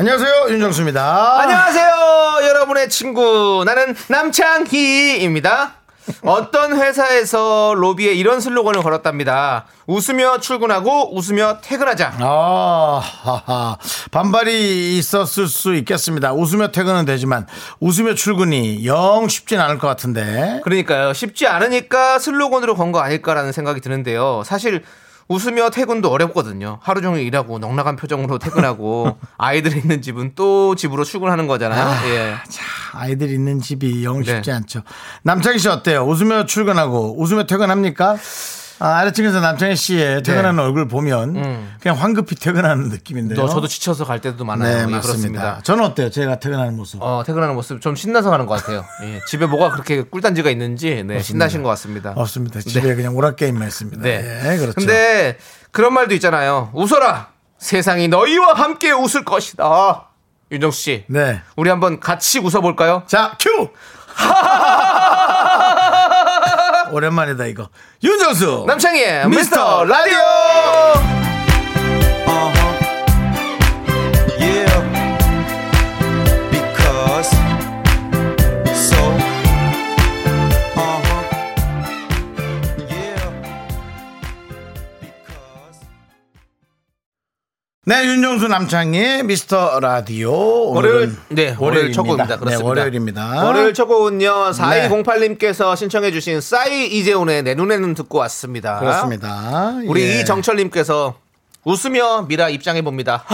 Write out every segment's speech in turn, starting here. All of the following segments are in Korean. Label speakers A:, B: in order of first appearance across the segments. A: 안녕하세요 윤정수입니다.
B: 아. 안녕하세요, 여러분의 친구. 나는 남창희입니다. 어떤 회사에서 로비에 이런 슬로건을 걸었답니다. 웃으며 출근하고 웃으며 퇴근하자.
A: 아, 하하. 반발이 있었을 수 있겠습니다. 웃으며 퇴근은 되지만 웃으며 출근이 영 쉽진 않을 것 같은데.
B: 그러니까요. 쉽지 않으니까 슬로건으로 건 거 아닐까라는 생각이 드는데요. 사실 웃으며 퇴근도 어렵거든요. 하루 종일 일하고 넉넉한 표정으로 퇴근하고 아이들 있는 집은 또 집으로 출근하는 거잖아요. 예.
A: 아이들 있는 집이 영 쉽지
B: 네.
A: 않죠. 남창희 씨 어때요? 웃으며 출근하고 웃으며 퇴근합니까? 아, 아래층에서 남창희
B: 네.
A: 씨의 퇴근하는 얼굴 보면 그냥 황급히 퇴근하는 느낌인데요.
B: 또 음. 저도 지쳐서 갈 때도 많아요.
A: 네,
B: 예,
A: 맞습니다. 저는 어때요? 제가 퇴근하는 모습.
B: 어, 퇴근하는 모습 좀 신나서 가는 것 같아요. 예, 집에 뭐가 그렇게 꿀단지가 있는지 네, 신나신 것 같습니다.
A: 없습니다. 집에 그냥 오락게임만 있습니다.
B: 네.
A: 어, 네, 그렇죠.
B: 근데 그런 말도 있잖아요. 웃어라. 세상이 너희와 함께 웃을 것이다. 윤정수 씨.
A: 네.
B: 우리 한번 같이 웃어볼까요?
A: 자, 큐! 오랜만이다, 이거. 윤정수!
B: 남창희의
A: 미스터
B: 미스터 라디오!
A: 네, 윤정수 남창희 미스터 라디오.
B: 월요일,
A: 오늘은
B: 네, 월요일 첫 곡입니다.
A: 네,
B: 그렇습니다.
A: 월요일입니다.
B: 월요일 첫
A: 네.
B: 곡은요, 4208님께서 신청해주신 싸이 이재훈의 내 눈에는 듣고 왔습니다.
A: 그렇습니다.
B: 우리
A: 예.
B: 이정철님께서 웃으며 미라 입장해 봅니다.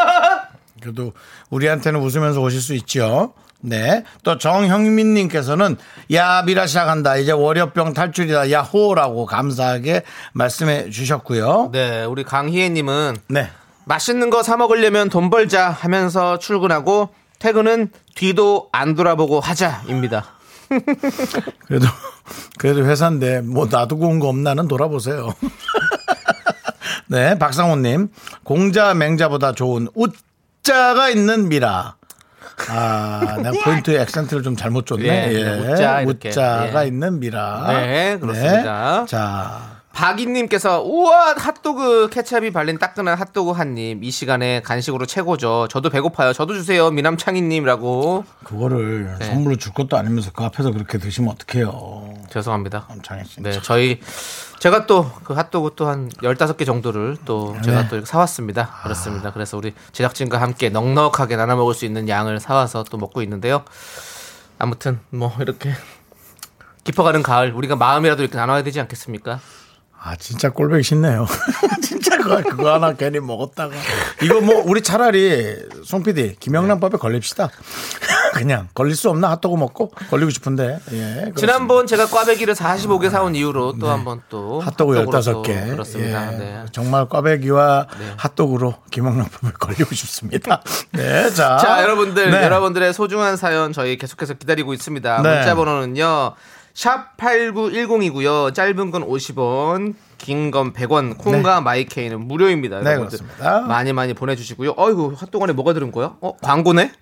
A: 그래도 우리한테는 웃으면서 오실 수 있죠. 네. 또 정형민 님께서는 야, 미라 시작한다. 이제 월요병 탈출이다. 야호라고 감사하게 말씀해 주셨고요.
B: 네, 우리 강희애님은
A: 네.
B: 맛있는 거 사 먹으려면 돈 벌자 하면서 출근하고 퇴근은 뒤도 안 돌아보고 하자입니다.
A: 그래도 그래도 회사인데 뭐 놔두고 온 거 없나는 돌아보세요. 네, 박상호님 공자 맹자보다 좋은 웃자가 있는 미라. 아, 내가 포인트의 액센트를 좀 잘못 줬네.
B: 예, 웃자 이렇게.
A: 가
B: 예.
A: 있는 미라.
B: 네, 그렇습니다.
A: 자,
B: 박인님께서 우와 핫도그 케찹이 발린 따끈한 핫도그 한 입 이 시간에 간식으로 최고죠. 저도 배고파요. 저도 주세요 미남창희님이라고
A: 그거를
B: 네.
A: 선물로 줄 것도 아니면서 그 앞에서 그렇게 드시면 어떡해요.
B: 죄송합니다.
A: 엄청 씨.
B: 네, 저희 제가 또 그 핫도그 또 한 15개 정도를 또
A: 네.
B: 제가 또 사왔습니다.
A: 아.
B: 그렇습니다. 그래서 우리 제작진과 함께 넉넉하게 나눠 먹을 수 있는 양을 사와서 또 먹고 있는데요. 아무튼 뭐 이렇게 깊어가는 가을 우리가 마음이라도 이렇게 나눠야 되지 않겠습니까?
A: 아 진짜 꼴보기 싫네요. 진짜 그거, 그거 하나 괜히 먹었다가 이거 뭐 우리 차라리 송 PD
B: 네.
A: 김영란법에 걸립시다. 그냥 걸릴 수 없나 핫도그 먹고 걸리고 싶은데 예 그렇습니다.
B: 지난번 제가 꽈배기를 45개 사온 이후로 또 한번 또
A: 네. 핫도그
B: 핫도그로
A: 15개 예.
B: 또 그렇습니다. 네.
A: 정말 꽈배기와 핫도그로 김영란법에 걸리고 싶습니다. 아? 네자
B: 자, 여러분들, 여러분들의 소중한 사연 저희 계속해서 기다리고 있습니다.
A: 네.
B: 문자 번호는요. 샵 8910이고요. 짧은 건 50원, 긴 건 100원, 콩과 마이케이는 무료입니다.
A: 네,
B: 여러분들
A: 그렇습니다.
B: 많이 많이 보내 주시고요. 어이구, 핫도그 안에 뭐가 들은 거야? 어, 광고네?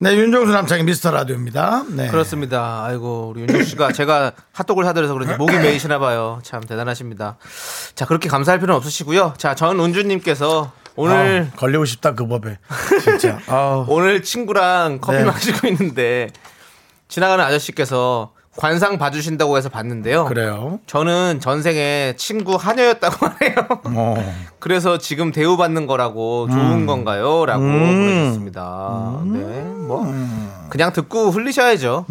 A: 네 윤종수 남창의 미스터 라디오입니다. 네
B: 그렇습니다. 아이고, 우리 윤종 씨가 제가 핫도그를 사드려서 그런지 목이 메이시나 봐요. 참 대단하십니다. 자, 그렇게 감사할 필요는 없으시고요. 자, 전 은주 님께서 오늘
A: 아, 걸리고 싶다 그 법에 진짜 아
B: 오늘 친구랑 커피
A: 네.
B: 마시고 있는데 지나가는 아저씨께서 관상 봐주신다고 해서 봤는데요.
A: 그래요.
B: 저는 전생에 친구 한여였다고 하네요.
A: 어.
B: 그래서 지금 대우받는 거라고 좋은 건가요? 라고 보내주셨습니다. 네, 뭐 그냥 듣고 흘리셔야죠.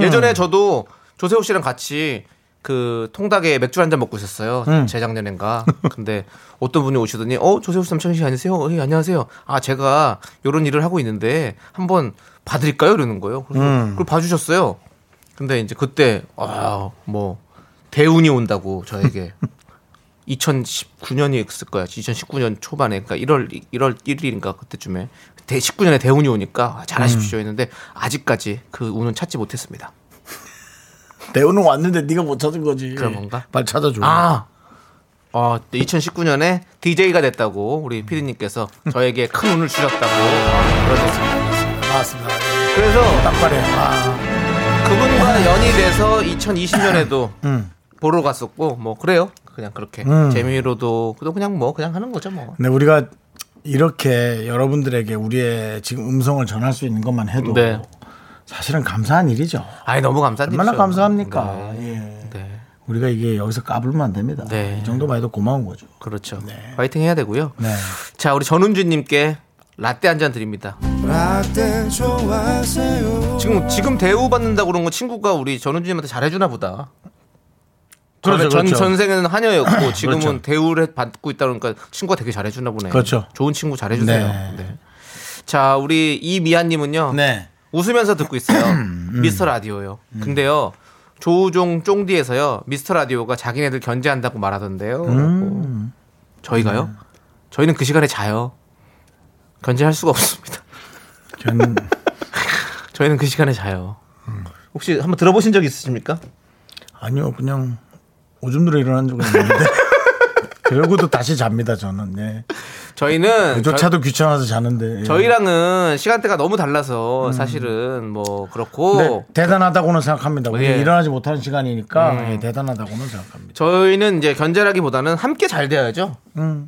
B: 예전에 저도 조세호 씨랑 같이 그 통닭에 맥주 한 잔 먹고 있었어요. 재작년인가. 근데 어떤 분이 오시더니 어 조세호 씨 남창희 씨 안녕하세요. 어, 예, 안녕하세요. 아 제가 요런 일을 하고 있는데 한번 봐드릴까요? 이러는 거예요. 그래서 그걸 봐주셨어요. 근데 이제 그때 아뭐 대운이 온다고 저에게 2019년이 있을 거야. 2019년 초반에 그러니까 1월 1월 1일인가 그때쯤에 대- 19년에 대운이 오니까 아, 잘하십시오
A: 음.
B: 했는데 아직까지 그 운은 찾지 못했습니다.
A: 대우는 왔는데 네가 못 찾은 거지.
B: 그런 건가?
A: 빨리 찾아줘.
B: 아, 어, 2019년에 DJ가 됐다고
A: 음.
B: 우리 피디님께서 저에게 큰 운을 주셨다고 그러셨습니다.
A: 맞습니다.
B: 그래서
A: 딱발에. 아,
B: 그분과 연이 돼서 2020년에도
A: 음.
B: 보러 갔었고 뭐 그래요. 그냥 그렇게 재미로도 그도 그냥 뭐 그냥 하는 거죠 뭐.
A: 근데 우리가 이렇게 여러분들에게 우리의 지금 음성을 전할 수 있는 것만 해도
B: 네.
A: 사실은 감사한 일이죠.
B: 아니 너무 감사드리죠.
A: 얼마나 감사합니까?
B: 그렇죠. 네.
A: 예.
B: 네.
A: 우리가 이게 여기서 까불면 안 됩니다.
B: 네.
A: 이 정도만 해도 고마운 거죠.
B: 그렇죠. 파이팅 해야 되고요.
A: 네.
B: 자, 우리 전훈주님께 라떼 한 잔 드립니다. 지금 지금 대우 받는다 그런 거 친구가 우리 전훈주님한테 잘해주나 보다.
A: 그렇죠,
B: 전,
A: 그렇죠.
B: 전생에는 하녀였고 지금은
A: 그렇죠.
B: 대우를 받고 있다 그러니까 친구가 되게 잘해주나 보네.
A: 그렇죠.
B: 좋은 친구 잘해주세요.
A: 네.
B: 네. 자, 우리 이미아님은요.
A: 네.
B: 웃으면서 듣고 있어요.
A: 음,
B: 미스터 라디오요. 근데요. 조우종 쫑디에서요. 미스터 라디오가 자기네들 견제한다고 말하던데요.
A: 음.
B: 라고. 저희가요? 저희는 그 시간에 자요. 견제할 수가 없습니다.
A: 저는
B: 저희는 그 시간에 자요. 혹시 한번 들어보신 적 있으십니까?
A: 아니요, 그냥 오줌 누러 일어난 적은 있는데. 그러고도 다시 잡니다, 저는. 예.
B: 저희는
A: 그조차도 귀찮아서 자는데. 예. 음.
B: 저, 희랑은 시간대가 너무 달라서 사실은 뭐 그렇고
A: 근데 네, 대단하다고는 생각합니다. 우리
B: 예. 음.
A: 일어나지 못하는 시간이니까 예, 대단하다고는 생각합니다.
B: 저희는 이제 견제라기보다는 함께 잘 돼야죠.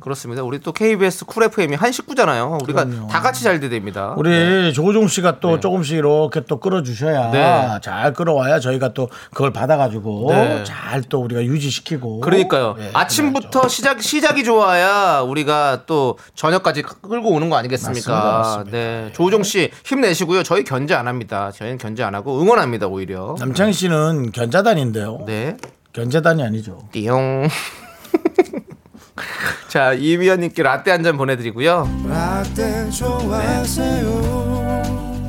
B: 그렇습니다. 우리 또 KBS 쿨 FM이 한 식구잖아요. 우리가
A: 음. 그럼요.
B: 다 같이 잘 돼야 됩니다.
A: 우리 조우종 씨가 또 조금씩 이렇게 또 끌어주셔야
B: 네.
A: 잘 끌어와야 저희가 또 그걸 받아가지고
B: 네.
A: 잘 또 우리가 유지시키고
B: 그러니까요.
A: 예,
B: 아침부터 시작 시작이 좋아야 우리가 또 저녁까지 끌고 오는 거 아니겠습니까?
A: 맞습니다, 맞습니다.
B: 네. 조우종 씨 힘내시고요. 저희 견제 안 합니다. 저희는 견제 안 하고 응원합니다. 오히려.
A: 남창희 씨는 견자단인데요.
B: 네.
A: 견제단이 아니죠.
B: 띠용. 자, 이미연님께 라떼 한 잔 보내드리고요.
A: 네.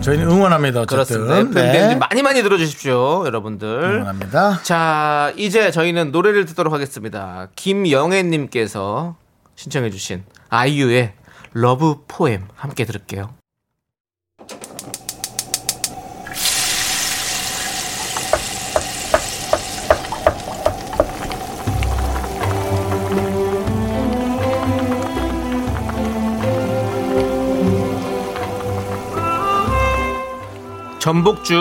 A: 저희는 응원합니다. 어쨌든. 네.
B: 그렇습니다. FM 댕진 많이 많이 들어주십시오, 여러분들.
A: 응원합니다.
B: 자, 이제 저희는 노래를 듣도록 하겠습니다. 김영애님께서 신청해주신 아이유의 러브 포엠 함께 들을게요. 전복죽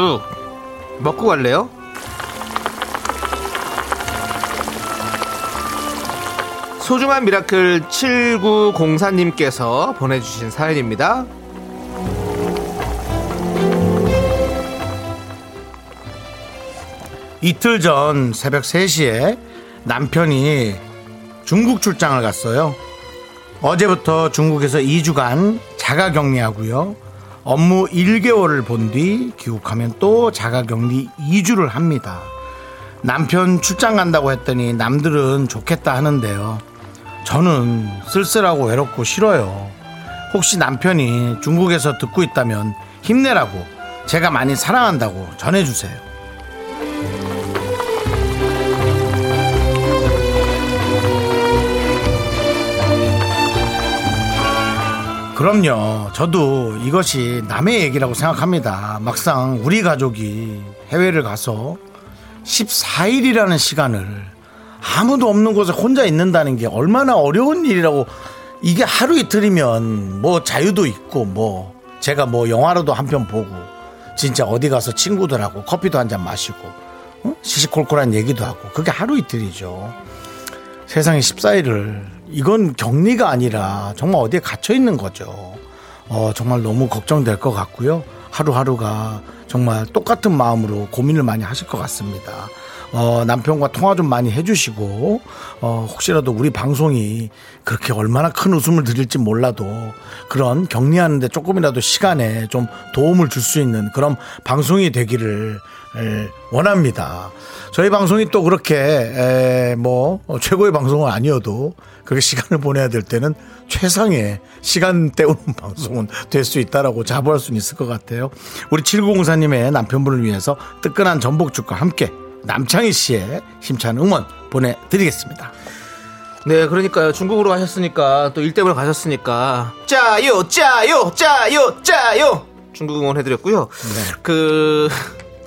B: 먹고 갈래요? 소중한 미라클 7904님께서 보내주신 사연입니다.
A: 이틀 전 새벽 3시에 남편이 중국 출장을 갔어요. 어제부터 중국에서 2주간 자가 격리하고요. 업무 1개월을 본 뒤 귀국하면 또 자가 격리 2주를 합니다. 남편 출장 간다고 했더니 남들은 좋겠다 하는데요. 저는 쓸쓸하고 외롭고 싫어요. 혹시 남편이 중국에서 듣고 있다면 힘내라고 제가 많이 사랑한다고 전해주세요. 그럼요. 저도 이것이 남의 얘기라고 생각합니다. 막상 우리 가족이 해외를 가서 14일이라는 시간을 아무도 없는 곳에 혼자 있는다는 게 얼마나 어려운 일이라고 이게 하루 이틀이면 뭐 자유도 있고 뭐 제가 뭐 영화라도 한 편 보고 진짜 어디 가서 친구들하고 커피도 한 잔 마시고 응? 시시콜콜한 얘기도 하고 그게 하루 이틀이죠. 세상에 14일을 이건 격리가 아니라 정말 어디에 갇혀 있는 거죠. 어, 정말 너무 걱정될 것 같고요. 하루하루가 정말 똑같은 마음으로 고민을 많이 하실 것 같습니다. 어, 남편과 통화 좀 많이 해주시고, 어, 혹시라도 우리 방송이 그렇게 얼마나 큰 웃음을 드릴지 몰라도 그런 격리하는데 조금이라도 시간에 좀 도움을 줄 수 있는 그런 방송이 되기를 에, 예, 원합니다. 저희 방송이 또 그렇게 에, 뭐 어, 최고의 방송은 아니어도 그렇게 시간을 보내야 될 때는 최상의 시간 때우는 방송은 될 수 있다라고 자부할 수는 있을 것 같아요. 우리 7904님의 남편분을 위해서 뜨끈한 전복죽과 함께 남창희 씨의 힘찬 응원 보내드리겠습니다.
B: 네, 그러니까요. 중국으로 가셨으니까 또 일 때문에 가셨으니까 짜요, 짜요, 짜요, 짜요. 중국 응원해드렸고요.
A: 네.
B: 그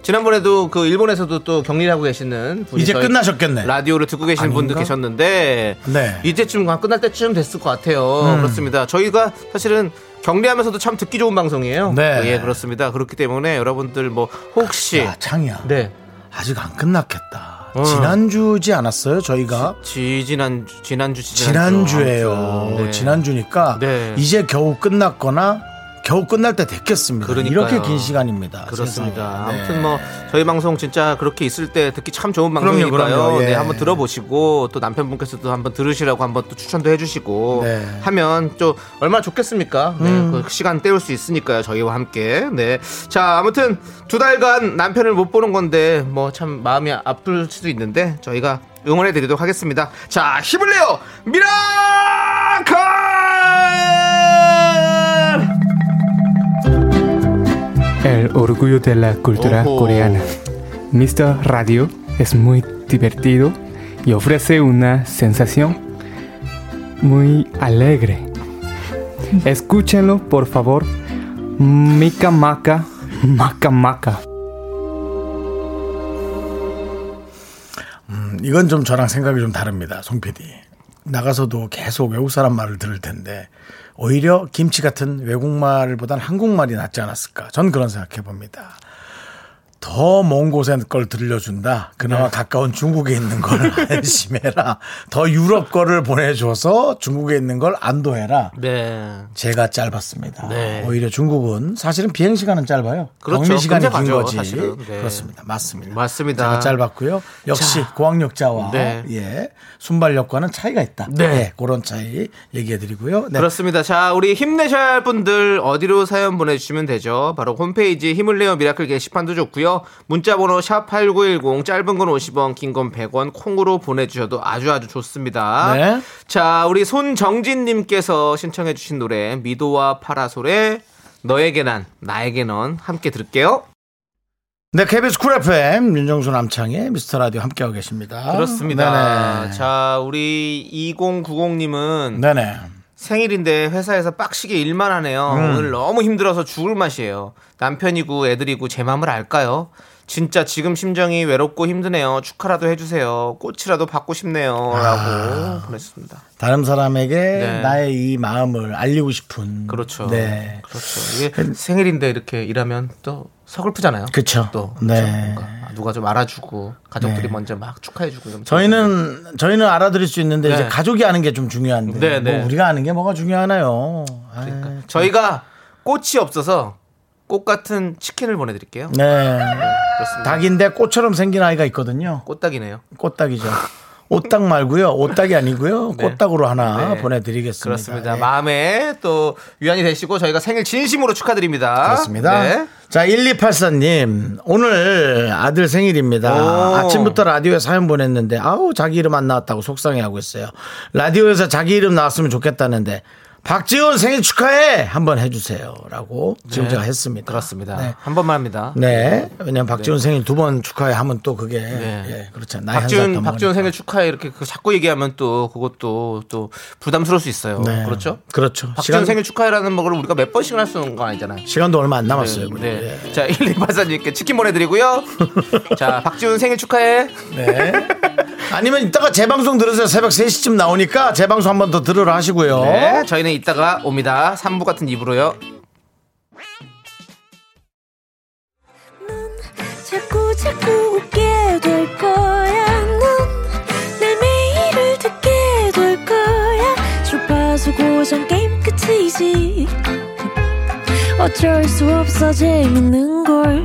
B: 지난번에도 그 일본에서도 또 격리를 하고 계시는 분이
A: 이제
B: 저희
A: 끝나셨겠네.
B: 라디오를 듣고 계신 분도
A: 아닌가?
B: 계셨는데
A: 네. 음.
B: 이제쯤 아, 끝날 때쯤 됐을 것 같아요. 그렇습니다. 저희가 사실은 격리하면서도 참 듣기 좋은 방송이에요.
A: 네.
B: 예, 그렇습니다. 그렇기 때문에 여러분들 뭐 혹시
A: 야, 아, 창이야.
B: 네.
A: 아직 안 끝났겠다.
B: 어.
A: 지난주지 않았어요, 저희가?
B: 지, 지난 지난주 지난주
A: 지난주예요.
B: 네.
A: 지난주니까
B: 네.
A: 이제 겨우 끝났거나 겨우 끝날 때 됐겠습니다.
B: 그러니까요.
A: 이렇게 긴 시간입니다.
B: 아, 그렇습니다.
A: 세상에. 네.
B: 아무튼 뭐 저희 방송 진짜 그렇게 있을 때 듣기 참 좋은 방송이니까요.
A: 그럼요. 예.
B: 네, 한번 들어보시고 또 남편분께서도 한번 들으시라고 한번 또 추천도 해주시고
A: 네. 음.
B: 하면 또 얼마나 좋겠습니까? 네, 그 시간 때울 수 있으니까요. 저희와 함께. 네, 자 아무튼 두 달간 남편을 못 보는 건데 뭐 참 마음이 아플 수도 있는데 저희가 응원해드리도록 하겠습니다. 자 힘을 내요, 미라클!
C: El orgullo de la cultura
B: Ojo.
C: coreana. Mr. Radio es muy divertido y ofrece una sensación muy alegre. Escúchenlo, por favor. Mika Maka, Maka Maka.
A: 이건 좀 저랑 생각이 좀 다릅니다. 송 PD. 나가서도 계속 외국 사람 말을 들을 텐데 오히려 김치 같은 외국말보단 한국말이 낫지 않았을까. 전 그런 생각해 봅니다. 더 먼 곳에 걸 들려준다. 그나마
B: 네.
A: 가까운 중국에 있는 걸 안심해라. 더 유럽 거를 보내줘서 중국에 있는 걸 안도해라.
B: 네.
A: 제가 짧았습니다.
B: 네.
A: 오히려 중국은 사실은 비행 시간은 짧아요.
B: 그렇죠.
A: 격리 시간이 긴
B: 끔찍하죠,
A: 거지.
B: 사실은. 네.
A: 그렇습니다. 맞습니다.
B: 맞습니다.
A: 제가 짧았고요. 역시 고학력자와
B: 네.
A: 예 순발력과는 차이가 있다.
B: 네.
A: 예, 그런 차이 얘기해드리고요. 네.
B: 그렇습니다. 자, 우리 힘내셔야 할 분들 어디로 사연 보내주시면 되죠. 바로 홈페이지 힘을 내어 미라클 게시판도 좋고요. 문자번호 샵8910 짧은 건 50원, 긴 건 100원 콩으로 보내주셔도 아주 아주 좋습니다.
A: 네.
B: 자, 우리 손정진님께서 신청해주신 노래 미도와 파라솔의 너에게 난 나에게 넌 함께 들을게요.
A: 네, KBS 쿨 FM 윤정수 남창의 미스터 라디오 함께하고 계십니다.
B: 그렇습니다.
A: 아, 네네.
B: 자, 우리 2090님은
A: 네네.
B: 생일인데 회사에서 빡시게 일만 하네요.
A: 음.
B: 오늘 너무 힘들어서 죽을 맛이에요. 남편이고 애들이고 제 마음을 알까요? 진짜 지금 심정이 외롭고 힘드네요. 축하라도 해주세요. 꽃이라도 받고
A: 아.
B: 싶네요.라고 보냈습니다.
A: 다른 사람에게
B: 네.
A: 나의 이 마음을 알리고 싶은
B: 그렇죠.
A: 네.
B: 그렇죠. 이게 생일인데 이렇게 일하면 또 서글프잖아요.
A: 그쵸.
B: 또 그렇죠.
A: 네.
B: 뭔가 누가 좀 알아주고 가족들이 먼저 막 축하해주고 이러면
A: 저희는 저희는 알아들을 수 있는데
B: 네.
A: 이제 가족이 아는 게 좀 중요한데
B: 네, 네.
A: 뭐 우리가 아는 게 뭐가 중요하나요? 아이,
B: 그러니까 저희가 꽃이 없어서 꽃 같은 치킨을 보내드릴게요.
A: 네.
B: 그렇습니다.
A: 닭인데 꽃처럼 생긴 아이가 있거든요.
B: 꽃닭이네요.
A: 꽃닭이죠. 오딱 말고요. 오딱이 아니고요. 꽃닭으로 하나
B: 네.
A: 보내드리겠습니다.
B: 그렇습니다.
A: 예.
B: 마음에 또 위안이 되시고 저희가 생일 진심으로 축하드립니다.
A: 그렇습니다.
B: 네.
A: 자, 1284님. 오늘 아들 생일입니다.
B: 오.
A: 아침부터 라디오에 사연 보냈는데, 아우, 자기 이름 안 나왔다고 속상해하고 있어요. 라디오에서 자기 이름 나왔으면 좋겠다는데, 박지훈 생일 축하해! 한번 해주세요. 라고 지금 제가 했습니다.
B: 네. 그렇습니다.
A: 네.
B: 한 번만 합니다.
A: 네. 왜냐면 박지훈 생일 두 번 축하해 하면 또 그게, 예, 그렇잖아요. 나이 한살 더
B: 네. 박지훈 박지훈
A: 먹으니까.
B: 생일 축하해 이렇게 그 자꾸 얘기하면 또 그것도 또 부담스러울 수 있어요.
A: 네.
B: 그렇죠?
A: 그렇죠.
B: 박지훈
A: 시간,
B: 생일 축하해라는 거를 우리가 몇 번씩이나 할 수 있는 건 아니잖아요.
A: 시간도 얼마 안 남았어요. 우리.
B: 네. 자, 1 2 8 4님께 치킨 보내드리고요. 자, 박지훈 생일 축하해.
A: 네. 아니면 이따가 재방송 들으세요. 새벽 3시쯤 나오니까 재방송 한 번 더 들으러 하시고요.
B: 네. 저희는 이따가 옵니다. 3부 같은 입으로요.
D: 자꾸 자꾸 웃게 될 거야. 넌내 매일을 듣게 될 거야. 주파수 고정 게임 끝이지. 어쩔 수 없어 재밌는 걸.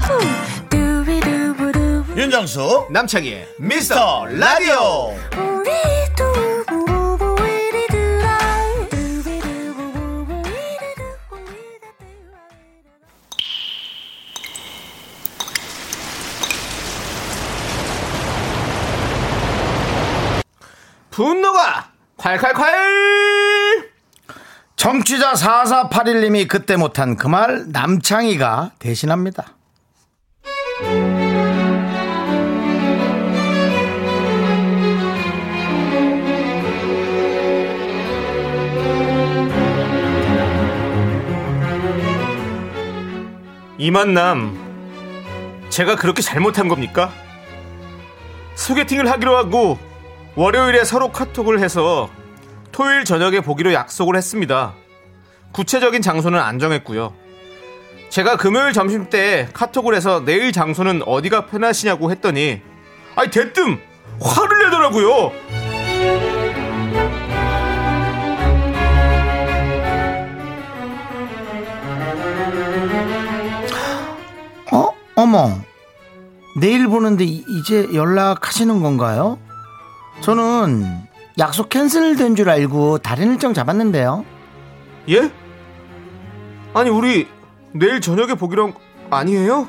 D: 후. 두비두부두.
A: 윤정수
B: 남창희의 미스터 라디오.
D: 우리 두부부부 우리들아. 두비두부부부 우리들아. 우리들아.
B: 분노가 콸콸콸!
A: 정취자 4481님이 그때 못한 그 말 남창희가 대신합니다.
B: 이 만남 제가 그렇게 잘못한 겁니까? 소개팅을 하기로 하고 월요일에 서로 카톡을 해서 토요일 저녁에 보기로 약속을 했습니다. 구체적인 장소는 안 정했고요. 제가 금요일 점심 때 카톡을 해서 내일 장소는 어디가 편하시냐고 했더니 아니 대뜸 화를 내더라고요.
A: 어? 어머. 내일 보는데 이- 이제 연락하시는 건가요? 저는 약속 캔슬된 줄 알고 다른 일정 잡았는데요.
B: 예? 아니 우리 내일 저녁에 보기로 한 거 아니에요?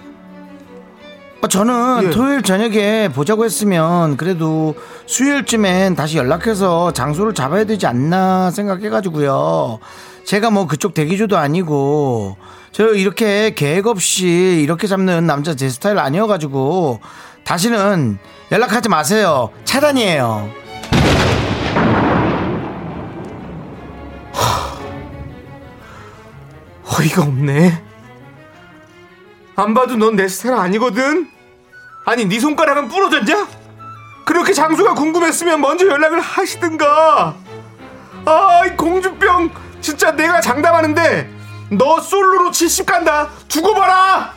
A: 어, 저는
B: 예.
A: 토요일 저녁에 보자고 했으면 그래도 수요일쯤엔 다시 연락해서 장소를 잡아야 되지 않나 생각해가지고요. 제가 뭐 그쪽 대기조도 아니고 저 이렇게 계획 없이 이렇게 잡는 남자 제 스타일 아니어가지고 다시는 연락하지 마세요. 차단이에요.
B: 어이가 없네. 안 봐도 넌 내 스타일 아니거든. 아니 네 손가락은 부러졌냐? 그렇게 장소가 궁금했으면 먼저 연락을 하시든가. 아, 이 공주병 진짜 내가 장담하는데 너 솔로로 70 간다. 두고 봐라.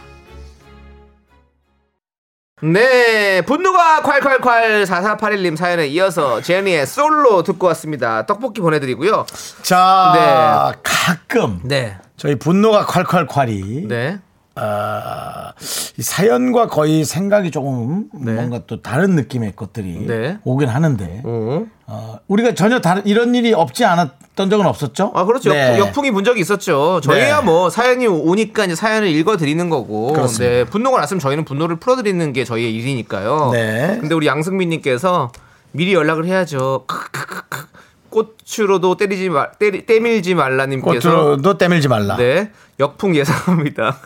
B: 네, 분노가 콸콸콸 4481님 사연에 이어서 제니의 솔로 듣고 왔습니다. 떡볶이 보내드리고요.
A: 자, 가끔
B: 네,
A: 저희 분노가 콸콸콸이
B: 네,
A: 아, 이 사연과 거의 생각이 조금 뭔가 또 다른 느낌의 것들이
B: 네.
A: 오긴 하는데
B: 어.
A: 어, 우리가 전혀 다른 이런 일이 없지 않았던 적은 없었죠?
B: 아 그렇죠
A: 네.
B: 역, 풍이분 적이 있었죠 저희야
A: 네.
B: 뭐 사연이 오니까 이제 사연을 읽어드리는 거고
A: 그렇습니다.
B: 네, 분노가 났으면 저희는 분노를 풀어드리는 게 저희의 일이니까요
A: 네.
B: 근데 우리 양승민님께서 미리 연락을 해야죠 크크크크. 꽃으로도 때리지 말 때리, 때밀지 말라님께서
A: 꽃으로도 때밀지 말라.
B: 네 역풍 예상합니다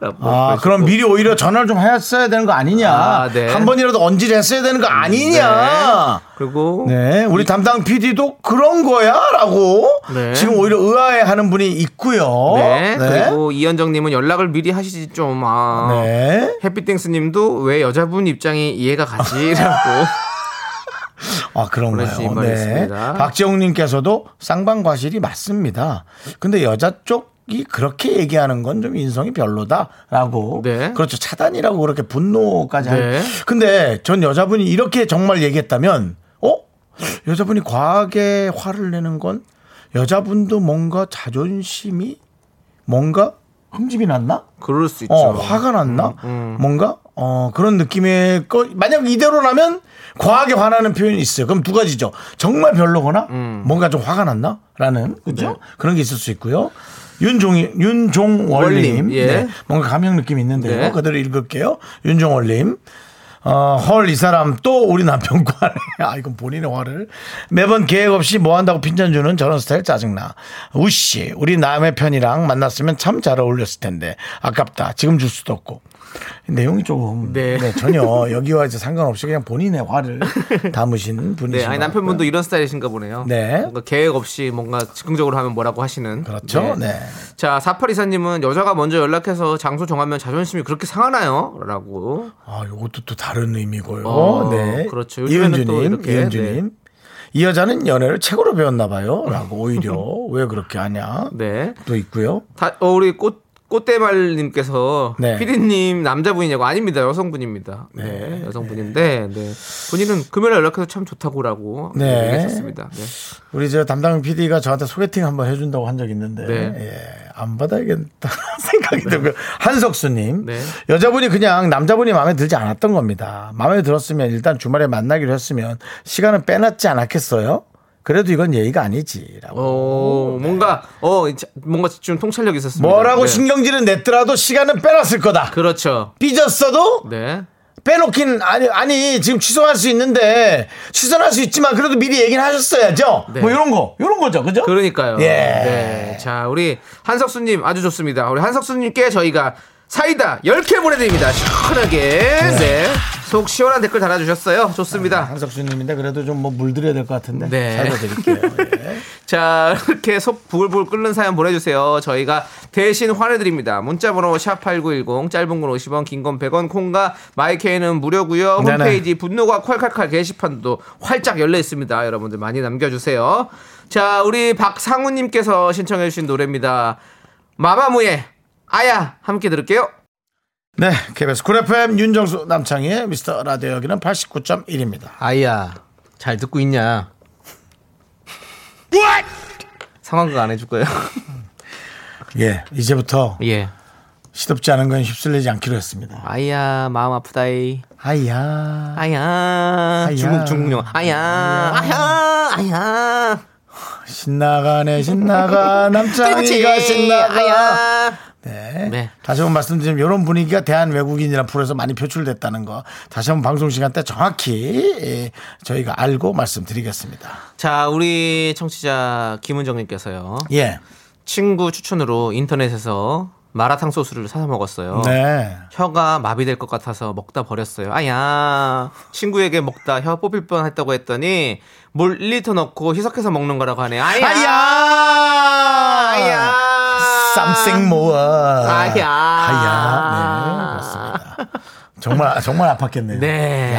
B: 라고
A: 아,
B: 그러시고.
A: 그럼 미리 오히려 전화를 좀 했어야 되는 거 아니냐?
B: 아, 네.
A: 한 번이라도 언질 했어야 되는 거 아니냐?
B: 네. 그리고
A: 네, 우리 담당 PD도 그런 거야라고
B: 네.
A: 지금 오히려 의아해하는 분이 있고요. 네.
B: 네, 그리고 이현정님은 연락을 미리 하시지 좀 아.
A: 네.
B: 해피땡스님도 왜 여자분 입장이 이해가 가지라고
A: 아 그런가요?
B: 보내주신
A: 네.
B: 말이었습니다.
A: 박재홍님께서도 쌍방과실이 맞습니다. 근데 여자 쪽이 그렇게 얘기하는 건 좀 인성이 별로다라고.
B: 네.
A: 그렇죠 차단이라고 그렇게 분노까지. 할-
B: 네.
A: 근데 전 여자분이 이렇게 정말 얘기했다면, 어 여자분이 과하게 화를 내는 건 여자분도 뭔가 자존심이 뭔가 흠집이 났나?
B: 그럴 수 있죠. 네, 음,
A: 어, 화가 났나? 뭔가? 어, 그런 느낌의 거, 만약 이대로라면 과하게 화나는 표현이 있어요. 그럼 두 가지죠. 정말 별로거나
B: 음.
A: 뭔가 좀 화가 났나?
B: 네.
A: 라는, 그죠? 그런 게 있을 수 있고요. 윤종이, 윤종월님.
B: 월님, 예.
A: 네, 뭔가 감명 느낌이 있는데요.
B: 네.
A: 그대로 읽을게요. 윤종월님. 어, 헐, 이 사람 또 우리 남편과, 아, 이건 본인의 화를. 매번 계획 없이 뭐 한다고 핀잔 주는 저런 스타일 짜증나. 우씨, 우리 남의 편이랑 만났으면 참 잘 어울렸을 텐데. 아깝다. 지금 줄 수도 없고. 내용이 조금.
B: 네.
A: 네. 전혀 여기와 이제 상관없이 그냥 본인의 화를 담으신 분이신
B: 네, 아니
A: 것
B: 남편분도
A: 같고요.
B: 이런 스타일이신가 보네요.
A: 네.
B: 뭔가 계획 없이 뭔가 즉흥적으로 하면 뭐라고 하시는.
A: 그렇죠. 네.
B: 자, 사팔이사님은 여자가 먼저 연락해서 장소 정하면 자존심이 그렇게 상하나요?라고.
A: 아, 요것도 또 다른 의미고요.
B: 어,
A: 네.
B: 그렇죠. 요즘에는 또
A: 이은주님,
B: 이렇게, 네.
A: 이은주님. 이 여자는 연애를 책으로 배웠나 봐요. 라고 오히려 왜 그렇게 하냐.
B: 네.
A: 또 있고요.
B: 다, 어, 우리 꽃 꽃대발님께서
A: 네.
B: 피디님 남자분이냐고 아닙니다 여성분입니다 네, 여성분인데 네. 본인은 금요일 연락해서 참 좋다고라고
A: 네.
B: 얘기하셨습니다 네.
A: 우리 저 담당 PD가 저한테 소개팅 한번 해준다고 한 적 있는데
B: 네.
A: 예, 안 받아야겠다 생각이 들고요. 한석수님
B: 네.
A: 여자분이 그냥 남자분이 마음에 들지 않았던 겁니다. 마음에 들었으면 일단 주말에 만나기로 했으면 시간은 빼놨지 않았겠어요? 그래도 이건 예의가
B: 어,
A: 아니지라고.
B: 오, 뭔가 어 자- 뭔가 좀 통찰력이 있었습니다
A: 뭐라고
B: 네.
A: 신경질은 냈더라도 시간은 빼놨을 거다.
B: 그렇죠
A: 삐졌어도
B: 네
A: 빼놓긴 아니 아니 지금 취소할 수 있는데 취소할 수 있지만 그래도 미리 얘기는 하셨어야죠.
B: 네. 그렇죠.
A: 뭐 이런 거 이런 거죠, 그죠?
B: 그러니까요.
A: 예.
B: 네. 자, 우리 한석수님 아주 좋습니다. 우리 한석수님께 저희가 사이다 10개 보내드립니다. 시원하게. 네. 속 시원한 댓글 달아주셨어요. 좋습니다.
A: 한석수님인데 그래도 좀 뭐 물들여야 될 것 같은데
B: 네.
A: 사다 드릴게요. 예.
B: 자, 이렇게 속 부글부글 끓는 사연 보내주세요. 저희가 대신 환해드립니다. 문자번호 샵8910, 짧은 건 50원, 긴 건 100원, 콩과 마이케이는 무료고요
A: 네네.
B: 홈페이지 분노가 콸콸콸 게시판도 활짝 열려 있습니다. 여러분들 많이 남겨주세요. 자, 우리 박상우님께서 신청해주신 노래입니다. 마마무의 아야 함께 들을게요.
A: 네, KBS 쿨 FM 윤정수 남창희의 미스터 라디오 여기는 89.1입니다.
B: 아이야 잘 듣고 있냐? 상황극 안 해줄 거예요.
A: 예, 이제부터
B: 예.
A: 시덥지 않은 건 휩쓸리지 않기로 했습니다.
B: 아이야 마음 아프다이.
A: 아이야,
B: 아야 중국 중국 영화. 아야 아야 아야.
A: 신나가네, 신나가 남창희가 신나가.
B: 아야.
A: 네.
B: 네.
A: 다시 한번 말씀드리면 이런 분위기가 대한 외국인이라는 프로에서 많이 표출됐다는 거 다시 한번 방송 시간 때 정확히 예, 저희가 알고 말씀드리겠습니다.
B: 자 우리 청취자 김은정님께서요.
A: 예,
B: 친구 추천으로 인터넷에서 마라탕 소스를 사서 먹었어요.
A: 네.
B: 혀가 마비될 것 같아서 먹다 버렸어요. 아야. 친구에게 먹다 혀 뽑힐 뻔 했다고 했더니 물 1리터 넣고 희석해서 먹는 거라고 하네. 아야.
A: 아야,
B: 아야.
A: 쌈생 모어.
B: 아야.
A: 아야. 네, 맞습니다. 정말 정말 아팠겠네요.
B: 네.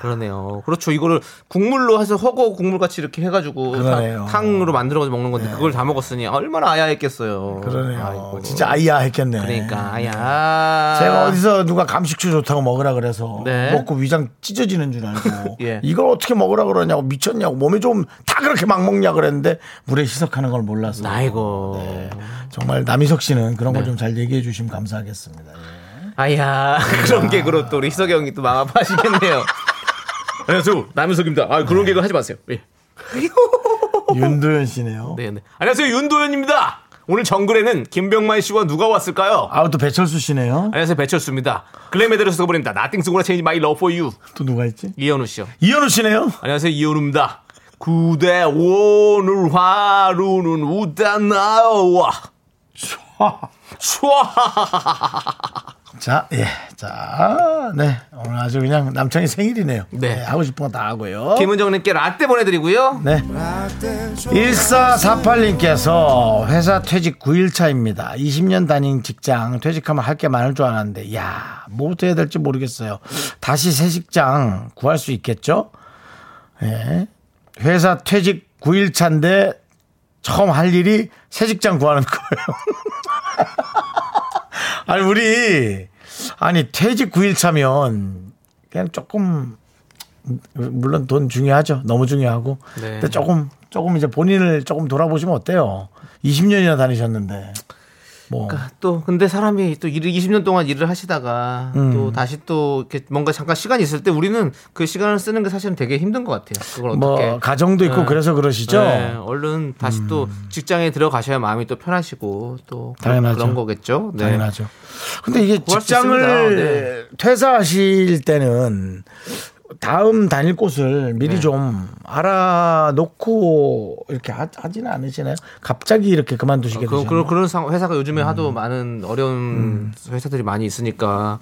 B: 그러네요. 그렇죠. 이거를 국물로 해서 허거 국물 같이 이렇게 해가지고
A: 그러네요.
B: 탕- 탕으로 만들어서 먹는 건데 그걸 다 먹었으니 얼마나 아야했겠어요.
A: 그러네요.
B: 아이고.
A: 진짜 아야 했겠네.
B: 그러니까 아야.
A: 제가 어디서 누가 감식초 좋다고 먹으라 그래서
B: 네.
A: 먹고 위장 찢어지는 줄 알고
B: 예.
A: 이걸 어떻게 먹으라 그러냐고 미쳤냐고 몸에 좀 다 그렇게 막 먹냐 그랬는데 물에 희석하는 걸 몰라서 네.
B: 아이고. 네.
A: 정말 남희석 씨는 그런 걸 좀 잘 얘기해 주시면 감사하겠습니다. 예.
B: 아야 그런 개그로 또 우리 희석이 형이 또 마음 아파하시겠네요. 안녕하세요 남윤석입니다. 아 그런 개그 하지 마세요. 예.
A: 윤도현 씨네요.
B: 네, 네. 안녕하세요 윤도현입니다. 오늘 정글에는 김병만 씨와 누가 왔을까요?
A: 아우 또 배철수 씨네요.
B: 안녕하세요 배철수입니다. 글래메데로 써버립니다. Nothing's gonna change my love for you.
A: 또 누가 있지?
B: 이현우 씨요.
A: 이현우 씨네요.
B: 안녕하세요 이현우입니다. 그대 오늘 하루는 웃다나와 촤
A: 자, 예, 자, 네 오늘 아주 그냥 남창이 생일이네요.
B: 네.
A: 네, 하고 싶은 거 다 하고요.
B: 김은정님께 라떼 보내드리고요.
A: 네. 1448님께서 회사 퇴직 9일차입니다. 20년 다닌 직장 퇴직하면 할 게 많을 줄 알았는데, 야 뭐부터 해야 될지 모르겠어요. 다시 새 직장 구할 수 있겠죠? 예. 회사 퇴직 9일차인데 처음 할 일이 새 직장 구하는 거예요. 아니, 우리, 아니, 퇴직 9일차면 그냥 조금 물론 돈 중요하죠. 너무 중요하고.
B: 네.
A: 근데 조금 조금 이제 본인을 조금 돌아보시면 어때요? 20년이나 다니셨는데. 뭐
B: 또 근데 사람이 또 일을 20년 동안 일을 하시다가
A: 음.
B: 또 다시 또 이렇게 뭔가 잠깐 시간이 있을 때 우리는 그 시간을 쓰는 게 사실은 되게 힘든 것 같아요. 그걸
A: 뭐
B: 어떻게
A: 가정도 있고
B: 네.
A: 그래서 그러시죠. 음.
B: 네, 얼른 다시 또 직장에 들어가셔야 마음이 또 편하시고 또 그-
A: 당연하죠.
B: 그런 거겠죠. 네.
A: 당연하죠. 근데 이게
B: 구할 수
A: 직장을
B: 있습니다.
A: 퇴사하실 때는 다음 다닐 곳을
B: 네.
A: 미리 좀 알아놓고 이렇게 하, 하지는 않으시나요? 갑자기 이렇게 그만두시게 음.
B: 그,
A: 되죠.
B: 그, 그런 상 회사가 요즘에 하도 많은
A: 음.
B: 어려운 회사들이 많이 있으니까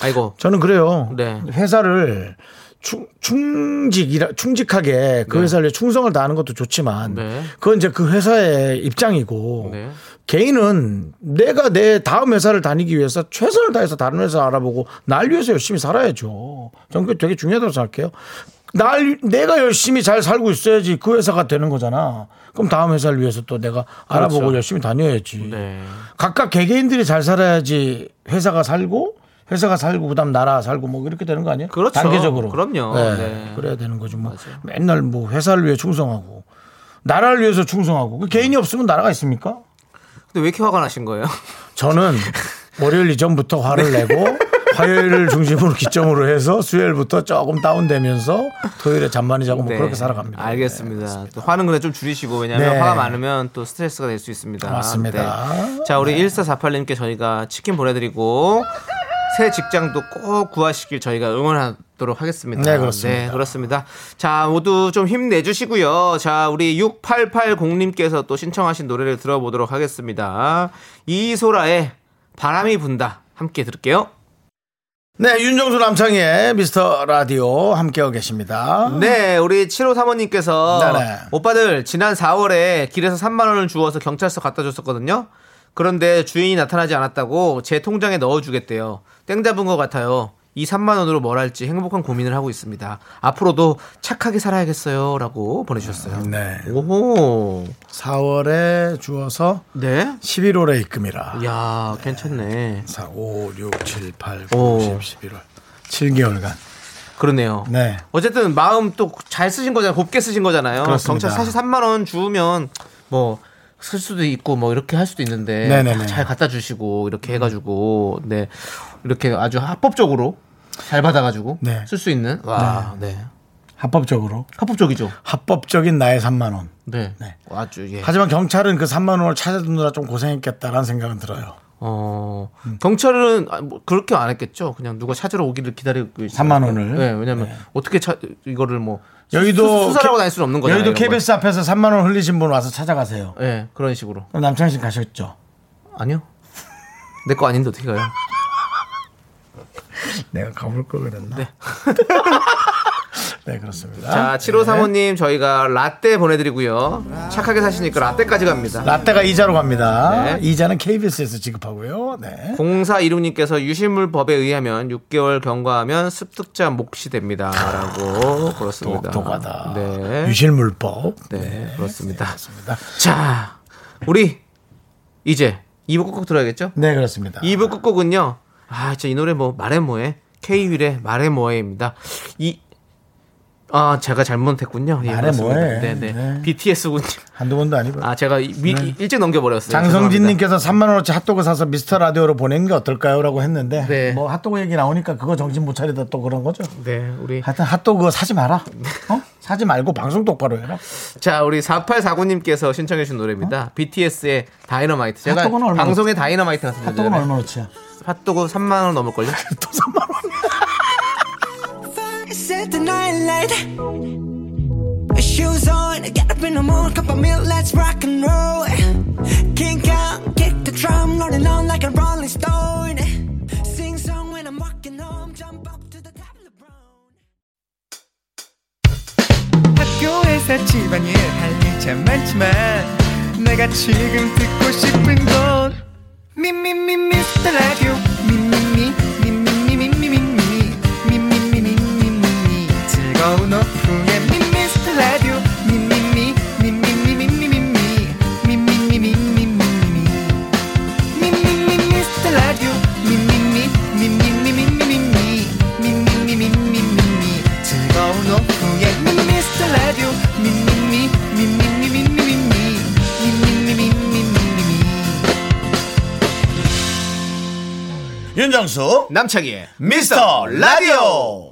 B: 아이고
A: 저는 그래요.
B: 네.
A: 회사를 충, 충직이라 충직하게 그 회사를 위해 충성을 다하는 것도 좋지만
B: 네.
A: 그건 이제 그 회사의 입장이고
B: 네.
A: 개인은 내가 내 다음 회사를 다니기 위해서 최선을 다해서 다른 회사 알아보고 날 위해서 열심히 살아야죠. 저는 그게 되게 중요하다고 생각해요. 날 내가 열심히 잘 살고 있어야지 그 회사가 되는 거잖아. 그럼 다음 회사를 위해서 또 내가 알아보고 열심히 다녀야지.
B: 그렇죠. 네.
A: 각각 개개인들이 잘 살아야지 회사가 살고 회사가 살고 그다음 나라 살고 뭐 이렇게 되는 거 아니에요?
B: 그렇죠.
A: 단계적으로.
B: 그럼요.
A: 네.
B: 네.
A: 그래야 되는 거지 뭐. 맨날 뭐 회사를 위해 충성하고 나라를 위해서 충성하고 그 개인이 없으면 나라가 있습니까?
B: 근데 왜 이렇게 화가 나신 거예요?
A: 저는 월요일 이전부터 화를
B: 네.
A: 내고 화요일을 중심으로 기점으로 해서 수요일부터 조금 다운되면서 토요일에 잠만이 자고 뭐
B: 네.
A: 그렇게 살아갑니다.
B: 알겠습니다. 또 화는 근데 좀 줄이시고 왜냐하면
A: 네.
B: 화가 많으면 또 스트레스가 될 수 있습니다.
A: 맞습니다.
B: 네. 자 우리 1448님께 저희가 치킨 보내드리고 새 직장도 꼭 구하시길 저희가 응원하도록 하겠습니다.
A: 네, 그렇습니다.
B: 그렇습니다. 자 모두 좀 힘내주시고요. 자 우리 6880님께서 또 신청하신 노래를 들어보도록 하겠습니다. 이소라의 바람이 분다 함께 들을게요.
A: 네, 윤정수 남창희의 미스터 라디오 함께하고 계십니다.
B: 네, 우리 7호 사모님께서
A: 네네.
B: 오빠들 지난 4월에 길에서 3만 원을 주워서 경찰서 갖다 줬었거든요. 그런데 주인이 나타나지 않았다고 제 통장에 넣어주겠대요. 땡 잡은 것 같아요. 이 3만 원으로 뭘 할지 행복한 고민을 하고 있습니다. 앞으로도 착하게 살아야겠어요라고 보내주셨어요.
A: 네.
B: 오호.
A: 4월에 주어서
B: 네.
A: 11월에
B: 예.
A: 입금이라.
B: 야, 괜찮네.
A: 4, 5, 6, 7, 8, 9,
B: 오.
A: 10, 11월. 7개월간.
B: 그러네요.
A: 네.
B: 어쨌든 마음 또 잘 쓰신 거잖아요. 곱게 쓰신 거잖아요.
A: 그렇습니다.
B: 경찰 사실 3만 원 주면 뭐 쓸 수도 있고 뭐 이렇게 할 수도 있는데
A: 네네네.
B: 잘 갖다 주시고 이렇게 해가지고 네 이렇게 아주 합법적으로 잘 받아가지고
A: 네.
B: 쓸 수 있는 와네
A: 합법적으로.
B: 합법적이죠.
A: 합법적인 나의 3만원.
B: 네.
A: 네.
B: 아주 예.
A: 하지만 경찰은 그 3만원을 찾아주느라 좀 고생했겠다라는 생각은 들어요.
B: 어
A: 음.
B: 경찰은 아, 뭐 그렇게 안 했겠죠. 그냥 누가 찾으러 오기를 기다리고 있어요.
A: 3만 원을?
B: 네, 왜냐면 어떻게 차, 이거를 뭐
A: 여의도.
B: 수- 수사라고
A: 케-
B: 다닐 수는 없는 거잖아요.
A: 여의도
B: 이런 걸.
A: KBS 앞에서 3만원 흘리신 분 와서 찾아가세요.
B: 예, 그런 식으로.
A: 그럼 남창희 씨 가셨죠?
B: 아니요. 내 거 아닌데 어떻게 가요?
A: 내가 가볼 걸 그랬나? 네. 네, 그렇습니다.
B: 자, 7호 사모님 저희가 라떼 보내드리고요. 착하게 사시니까 라떼까지 갑니다.
A: 라떼가 이자로 갑니다.
B: 네.
A: 이자는 KBS에서 지급하고요. 네.
B: 공사 이름님께서 유실물 법에 의하면 6개월 경과하면 습득자 몫이 됩니다라고 그렇습니다.
A: 독하다.
B: 네,
A: 유실물법.
B: 네, 그렇습니다.
A: 그렇습니다.
B: 자, 우리 이제 2부 끝곡 들어야겠죠?
A: 네, 그렇습니다.
B: 2부 끝곡은요. 아, 진짜 이 노래 뭐 말해 뭐해. K윌의 말해 뭐해입니다. 이 아, 제가 잘못했군요. 예,
A: 말해
B: 그렇습니다.
A: 뭐해.
B: 네, 네.
A: 네.
B: BTS군요.
A: 한두 번도 아니고요. 네,
B: 아, 제가 이- 미, 일찍 넘겨 버렸어요.
A: 장성진님께서 3만원어치 핫도그 사서 미스터 라디오로 보낸 게 어떨까요? 라고 했는데.
B: 네.
A: 뭐 핫도그 얘기 나오니까 그거 정신 못 차리다 또 그런 거죠.
B: 네, 우리
A: 하여튼 핫도그 사지 마라. 어? 사지 말고 방송 똑바로 해라.
B: 자, 우리 4849 님께서 신청해 주신 노래입니다. BTS의 다이너마이트. 제가
A: 핫도그는 얼마-
B: 방송에 다이너마이트 같은
A: 아, 핫도그는 아, 얼마어치야?
B: 핫도그 3만 원 넘을 걸요?
D: Set the night light. Shoes on, get up in the morning, cup of milk, let's rock and roll. Kink out, kick the drum, rolling on like a rolling stone. Sing song when I'm walking home, jump up to the top of the brown.
E: 학교에서 집안일 할 일 참 많지만 내가 지금 듣고 싶은 건 미미미 미스터 라디오 미미미 미미미미미미 미미미미미미 즐거운 오후에 미스터 라디오 미미미 미미미미미미 미미미미미미미 미미미 미스터 라디오 미미미 미미미미미미 미미미미미미 즐거운 오후에 미스터 라디오 미미미 미미미미미미 미미미미미미미
A: 윤정수.
B: 남창희의
A: 미스터 라디오.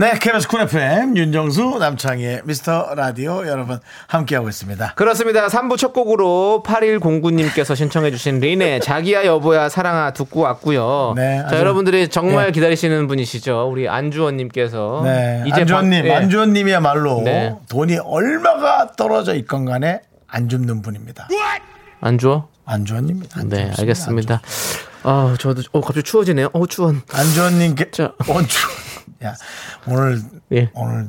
A: 네, KBS 쿨 FM 윤정수 남창희의 미스터 라디오 여러분 함께하고 있습니다.
B: 그렇습니다. 3부 첫 곡으로 8109님께서 신청해주신 린의 자기야 여보야 사랑아 듣고 왔고요.
A: 네, 아주-
B: 자 여러분들이 정말
A: 예. 기다리시는
B: 기다리시는 분이시죠. 우리 안주원님께서
A: 네, 안주원님,
B: 방- 예.
A: 안주원님이야말로
B: 네.
A: 돈이 얼마가 떨어져 있건 간에 안 줍는 분입니다.
B: 안주어?
A: 안주원님,
B: 네 알겠습니다. 아 저도 어 갑자기 추워지네요. 어 추원.
A: 안주원님께
B: 자.
A: 원주. 야, 오늘
B: 예.
A: 오늘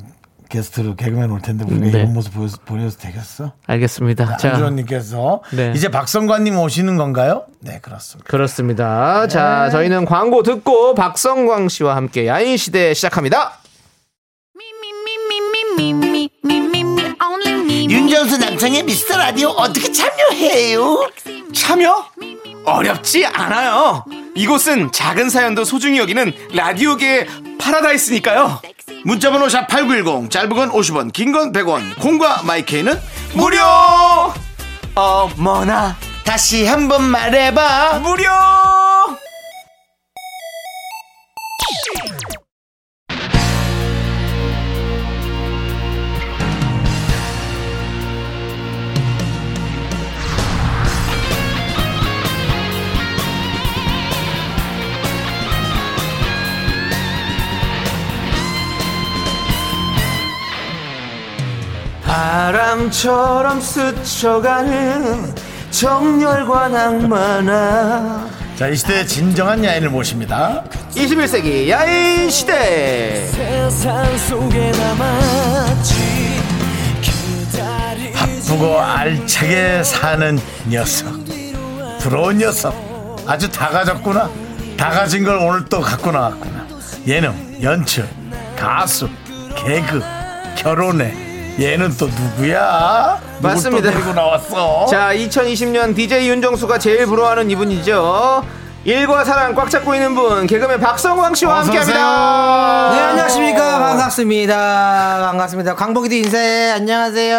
A: 게스트로 개그맨 올 텐데 우리가
B: 네.
A: 이런 모습 보여서, 보여서 되겠어?
B: 알겠습니다.
A: 네,
B: 자
A: 안주원님께서
B: 네.
A: 이제 박성관님 오시는 건가요? 네, 그렇습니다.
B: 그렇습니다. 자
A: 네.
B: 저희는 광고 듣고 박성광 씨와 함께 야인 시대 시작합니다.
F: 윤정수 남성의 미스터 라디오 어떻게 참여해요?
E: 참여? 어렵지 않아요. 이곳은 작은 사연도 소중히 여기는 라디오계의 파라다이스니까요.
F: 문자번호 샵8910 짧은 건 50원 긴 건 100원 콩과 마이케이는
E: 무료! 어머나,
F: 다시 한번 말해봐
E: 무료!
B: 바람처럼 스쳐가는 정열과 낭만아
A: 자, 이 시대의 진정한 야인을 모십니다.
B: 21세기 야인 시대
G: 세상 속에 남았지 기다리
A: 누구 알차게 사는 녀석 부러운 녀석 아주 다 가졌구나 다 가진 걸 오늘 또 갖고 나왔구나 예능 연출 가수 개그 결혼해 얘는 또 누구야 누굴
B: 맞습니다.
A: 또 데리고 나왔어
B: 자, 2020년 DJ 윤정수가 제일 부러워하는 이분이죠. 일과 사랑 꽉 잡고 있는 분, 개그맨 박성광 씨와 네,
A: 어서
B: 함께합니다.
A: 오세요. 어.
E: 안녕하십니까 반갑습니다 반갑습니다 광복이도 인사해 안녕하세요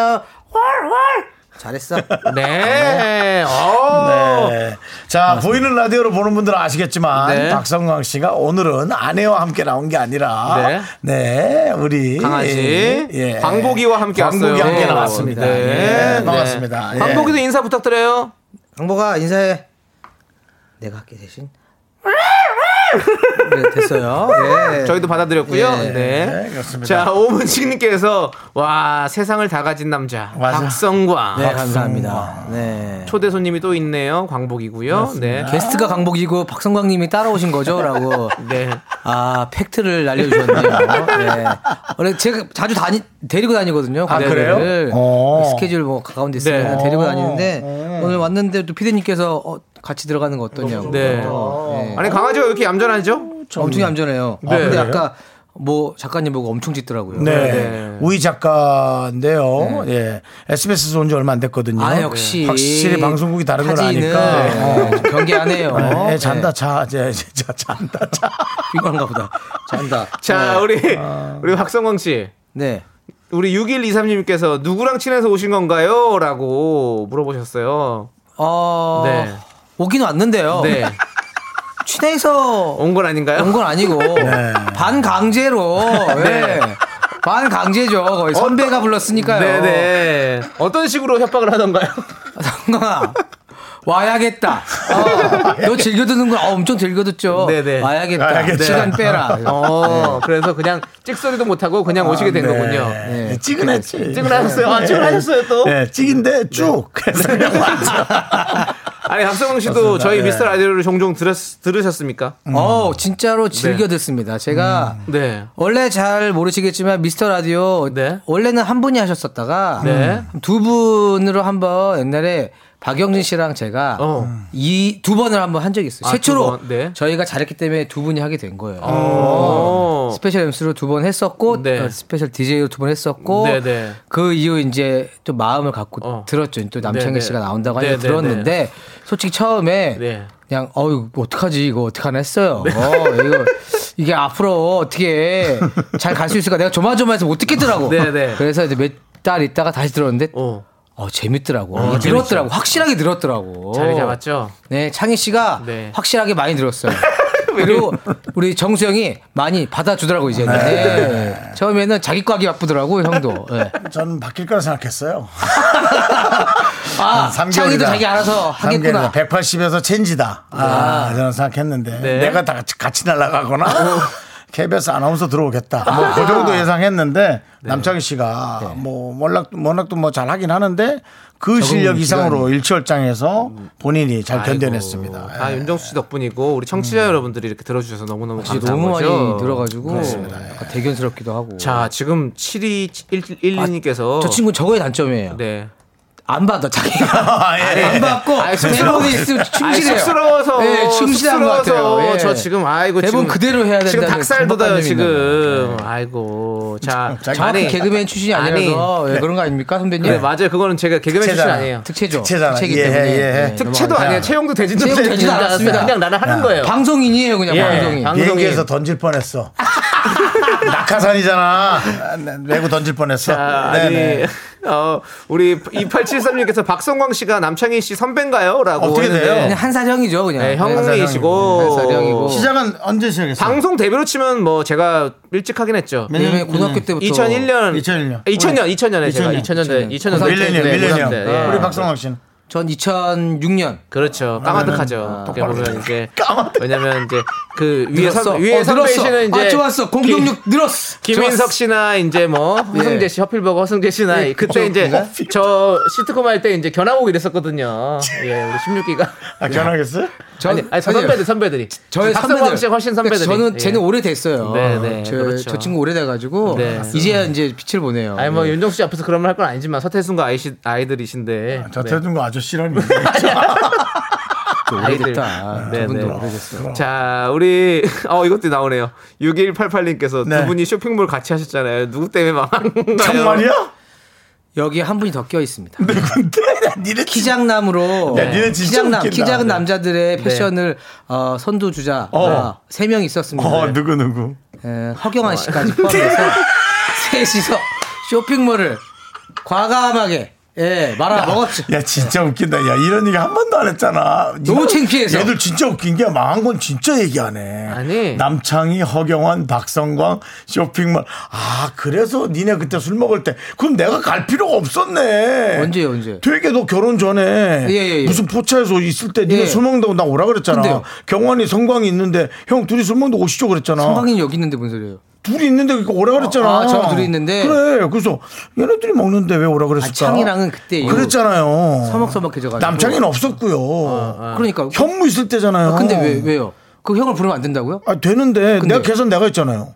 E: 왈왈 잘했어
B: 네. 어.
A: 네. 자 보이는 라디오로 보는 분들은 아시겠지만
B: 네.
A: 박성광 씨가 오늘은 아내와 함께 나온 게 아니라 네, 우리
B: 강아지 광복이와
A: 예,
B: 함께
A: 광복이
B: 왔어요.
A: 함께 나왔습니다.
B: 네.
A: 예,
B: 네.
A: 반갑습니다. 예.
B: 광복이도 인사 부탁드려요.
E: 광복아 인사해 내가 할게 대신 네, 됐어요 네.
B: 저희도 받아들였고요.
E: 예.
B: 네.
A: 네, 그렇습니다.
B: 자, 오문식님께서 와 세상을 다 가진 남자
A: 맞아.
B: 박성광
E: 네 감사합니다 네
B: 초대 손님이 또 있네요. 광복이고요. 네.
E: 게스트가 광복이고 박성광님이 따라오신 거죠라고
B: 네.
E: 아 팩트를 알려주셨네요. 네. 원래 제가 자주 다니 데리고 다니거든요.
A: 아,
E: 고객들을.
A: 그래요? 어.
E: 스케줄 뭐 가까운데 있으면
B: 네.
E: 데리고 다니는데 오늘 왔는데 또 피디님께서 어, 같이 들어가는 거 어떠냐고.
B: 네.
E: 네.
B: 아니 강아지가 왜 이렇게 얌전하죠?
E: 엄청 얌전해요.
B: 네.
E: 아, 근데
A: 그래요?
E: 아까 뭐 작가님 보고 엄청 짖더라고요.
A: 네.
B: 네.
A: 우희 작가인데요. 예. SBS에서 온 지 얼마 안 됐거든요. 예.
E: 아 역시
A: 네. 확실히 방송국이 다른 걸
E: 타지는
A: 아니까.
B: 네.
A: 어.
E: 어, 경계 안 해요.
A: 예, 잔다, 자, 이제, 자, 잔다, 자.
E: 피곤한가 보다. 잔다.
A: 네.
B: 자, 우리
A: 아.
B: 우리 박성광 씨.
E: 네.
B: 우리 6123님께서 누구랑 친해서 오신 건가요? 라고 물어보셨어요.
E: 어
B: 네.
E: 오긴 왔는데요.
B: 네.
E: 친해서
B: 온 건 아닌가요?
E: 온 건 아니고
B: 네.
E: 반강제로 예. 반강제죠 거의 선배가 불렀으니까요
B: 네네. 어떤 식으로 협박을 하던가요?
E: 성광아 와야겠다 어, 너 즐겨 듣는구나 어, 엄청 즐겨 듣죠
B: 네네.
E: 와야겠다
A: 와야겠다.
E: 시간
A: 아,
E: 빼라
A: 네.
B: 어, 그래서 그냥 찍소리도 못하고 그냥 오시게 된 거군요.
A: 네. 찌근했지.
B: 찌근하셨어요? 아, 찌근하셨어요, 또? 네.
A: 네, 찌긴데 쭉. 그래서 그냥 왔죠.
B: 아니, 박성웅 씨도 저희
E: 예.
A: 네.
B: 미스터 라디오를 종종 들었, 들으셨습니까?
E: 어 진짜로 즐겨 듣습니다 제가
B: 네.
E: 원래 잘 모르시겠지만 미스터 라디오
B: 네.
E: 원래는 한 분이 하셨었다가
B: 네.
E: 두 분으로 한번 옛날에 박영진 씨랑 제가
B: 어.
E: 이 두 번을 한번 한 적이 있어요.
B: 아,
E: 최초로
B: 두 번, 네.
E: 저희가 잘했기 때문에 두 분이 하게 된 거예요.
B: 어.
E: 스페셜 MC로 두 번 했었고
B: 네.
E: 어, 스페셜 DJ로 두 번 했었고
B: 네, 네.
E: 그 이후 이제 또 마음을 갖고
B: 어.
E: 들었죠. 또 남창희
B: 네, 네.
E: 씨가 나온다고 하니까
B: 네, 네,
E: 들었는데 솔직히 처음에
B: 네.
E: 그냥 어유 어떡하지 이거 어떡하나 했어요. 어, 이거 이게 앞으로 어떻게 잘 갈 수 있을까 내가 조마조마해서 못 듣겠더라고.
B: 네, 네.
E: 그래서 이제 몇 달 있다가 다시 들었는데
B: 어.
E: 어 재밌더라고. 이게 늘었더라고. 확실하게 늘었더라고.
B: 자리 잡았죠?
E: 네, 창희 씨가
B: 네.
E: 확실하게 많이 늘었어요. 그리고 우리 정수영이 많이 받아주더라고 이제. 네. 처음에는 자기 꽉이 바쁘더라고 형도. 네.
A: 전 바뀔 거라 생각했어요.
E: 아,
A: 삼
E: 창희도
A: 개월이다.
E: 자기 알아서
A: 삼 개월이다.
E: 하겠구나.
A: 180에서 체인지다. 아, 저는 생각했는데
B: 네.
A: 내가 다 같이, 같이 날아가거나
E: 어.
A: KBS 아나운서 들어오겠다. 뭐 그 정도 예상했는데
E: 네.
A: 남창희 씨가 뭐 워낙도 워낙도 뭐 잘하긴 하는데 그 실력 이상으로 일치월장에서 본인이 잘 견뎌냈습니다.
B: 아이고,
E: 예.
B: 다 윤정수 씨 덕분이고 우리 청취자 여러분들이 이렇게 들어주셔서 너무너무
E: 역시
B: 감사한
E: 음. 아, 너무 많이
B: 거죠. 네.
E: 늘어가지고 약간 대견스럽기도 하고.
B: 자, 지금 7212님께서
E: 아, 저 친구 저거의 단점이에요.
B: 네.
E: 안 받아 자기가
A: 아, 예.
E: 안 받고
B: 아니,
E: 대본이 있으면 충실해요.
B: 아이, 쑥스러워서
E: 네, 충실한 것 같아요.
B: 쑥스러워서
E: 예.
B: 저 지금 아이고
E: 대본
B: 지금
E: 그대로 해야
B: 지금
E: 된다는 예.
B: 닭살 돋아요
E: 강박관념이
B: 지금. 아이고 자
E: 정확히 개그맨 출신이 아니라서 예, 그런 거 아닙니까 선배님?
B: 네 맞아요. 그거는 제가 개그맨 출신
A: 특채잖아.
B: 아니에요.
E: 특채죠.
A: 특채잖아.
E: 특채기
A: 예,
E: 때문에.
A: 예, 예.
E: 네,
B: 특채도
E: 넘어가자.
B: 아니에요. 채용도 되지도
E: 채용도 되지도
B: 않았습니다.
E: 않았습니다.
B: 그냥 나는 하는 거예요.
E: 방송인이에요 그냥
B: 예.
E: 방송인.
B: 방-
A: 비행기에서 던질 뻔했어. 낙하산이잖아. 메고 던질 뻔했어.
B: 자, 아니,
A: 네네.
B: 어, 우리 2873님께서 박성광 씨가 남창희 씨 선배인가요? 라고.
A: 어떻게 돼요?
B: 했는데
E: 그냥 한 살 형이죠 그냥. 예.
B: 네,
A: 한
E: 살 형이고.
B: 형이시고.
A: 시작은 언제 시작했어요?
B: 뭐 방송 데뷔로 치면 뭐 제가 일찍 하긴 했죠.
A: 몇 년?
E: 왜냐면 고등학교
B: 음,
E: 때부터
B: 2001년
A: 2001년.
B: 2000년 2000년에 제가
A: 2000년.
B: 2000년대 2000년대
A: 밀레니엄, 밀레니엄. 어. 우리 박성광 씨는.
E: 전 2006년.
B: 그렇죠.
E: 음,
B: 까마득하죠. 어떻게 보면 이제 왜냐면 이제 그 위에
E: 늘었어.
B: 선 위에
E: 어,
B: 선배시는 이제
E: 아 좋았어. 006 늘었어.
B: 김인석
E: 좋았어. 아, 네.
B: 씨나 이제 뭐 허승재 씨 허필버거 허승재 씨나
E: 예,
B: 그때
E: 그쪽
B: 이제
E: 기가?
B: 저 시트콤 할 때 이제 견하고 이랬었거든요. 예, 우리 16기가
A: 아, 결혼하겠어요?
E: 저-
B: 아니, 아니 저
E: 아니요.
B: 선배들 선배들이.
E: 저의 그러니까
B: 박상광 씨 훨씬 선배들이.
E: 저는
B: 예.
E: 쟤는 오래됐어요.
B: 네, 네,
E: 저,
B: 그렇죠.
E: 저 친구 오래돼가지고
B: 네.
E: 이제야 이제 빛을 보네요.
B: 아니 뭐
E: 예.
B: 윤정수 씨 앞에서 그런 말 할 건 아니지만 서태순과 아이시, 아이들이신데. 네,
A: 자태준 거 아저씨라니.
E: 저 오래됐다.
B: 아이들. 네,
E: 저분도
B: 네.
E: 오래됐어요.
B: 자, 우리 어 이것도 나오네요. 6188님께서
A: 네.
B: 두 분이 쇼핑몰 같이 하셨잖아요. 누구 때문에 망한 건가요?
A: 정말이야?
E: 여기 한 분이 더 껴 있습니다.
A: 니네
E: 키장남으로 예.
A: 야, 니네 진짜
E: 키장남
A: 웃긴다.
E: 키 작은
A: 네.
E: 남자들의 패션을 어, 선두 주자 아,
A: 어.
E: 세 명 있었습니다.
A: 어 누구 누구?
E: 에, 허경환 씨까지 포함해서 셋이서 쇼핑몰을 과감하게 예 말아 먹었죠.
A: 야 진짜 웃긴다. 야 이런 얘기 한 번도 안 했잖아.
E: 너무
A: 이거-
E: 창피해서.
A: 얘들 진짜 웃긴 게 망한 건 진짜 얘기하네.
B: 아니.
A: 남창희, 허경환, 박성광 쇼핑몰. 아 그래서 니네 그때 술 먹을 때 그럼 내가 갈 필요가 없었네.
E: 언제요, 언제?
A: 되게 너 결혼 전에
E: 예, 예, 예.
A: 무슨 포차에서 있을 때 니네
E: 예.
A: 술 먹는다고 나 오라 그랬잖아.
E: 근데요?
A: 경환이 성광이 있는데 형 둘이 술 먹는데 오시죠 그랬잖아.
E: 성광이 여기 있는데 뭔 소리예요?
A: 둘이 있는데 그러니까 오라 그랬잖아.
E: 아, 저 둘이 있는데?
A: 그래. 그래서 얘네들이 먹는데 왜 오라 그랬을까?
E: 아, 창이랑은 그때 이후
A: 그랬잖아요.
E: 서먹서먹해져가지고.
A: 남창이는 없었고요.
B: 아.
E: 그러니까
A: 현무 있을 때잖아요.
E: 아, 근데 왜
B: 어.
E: 왜요? 그 형을 부르면 안 된다고요?
A: 아, 되는데
E: 근데-
A: 내가 계산 내가 했잖아요.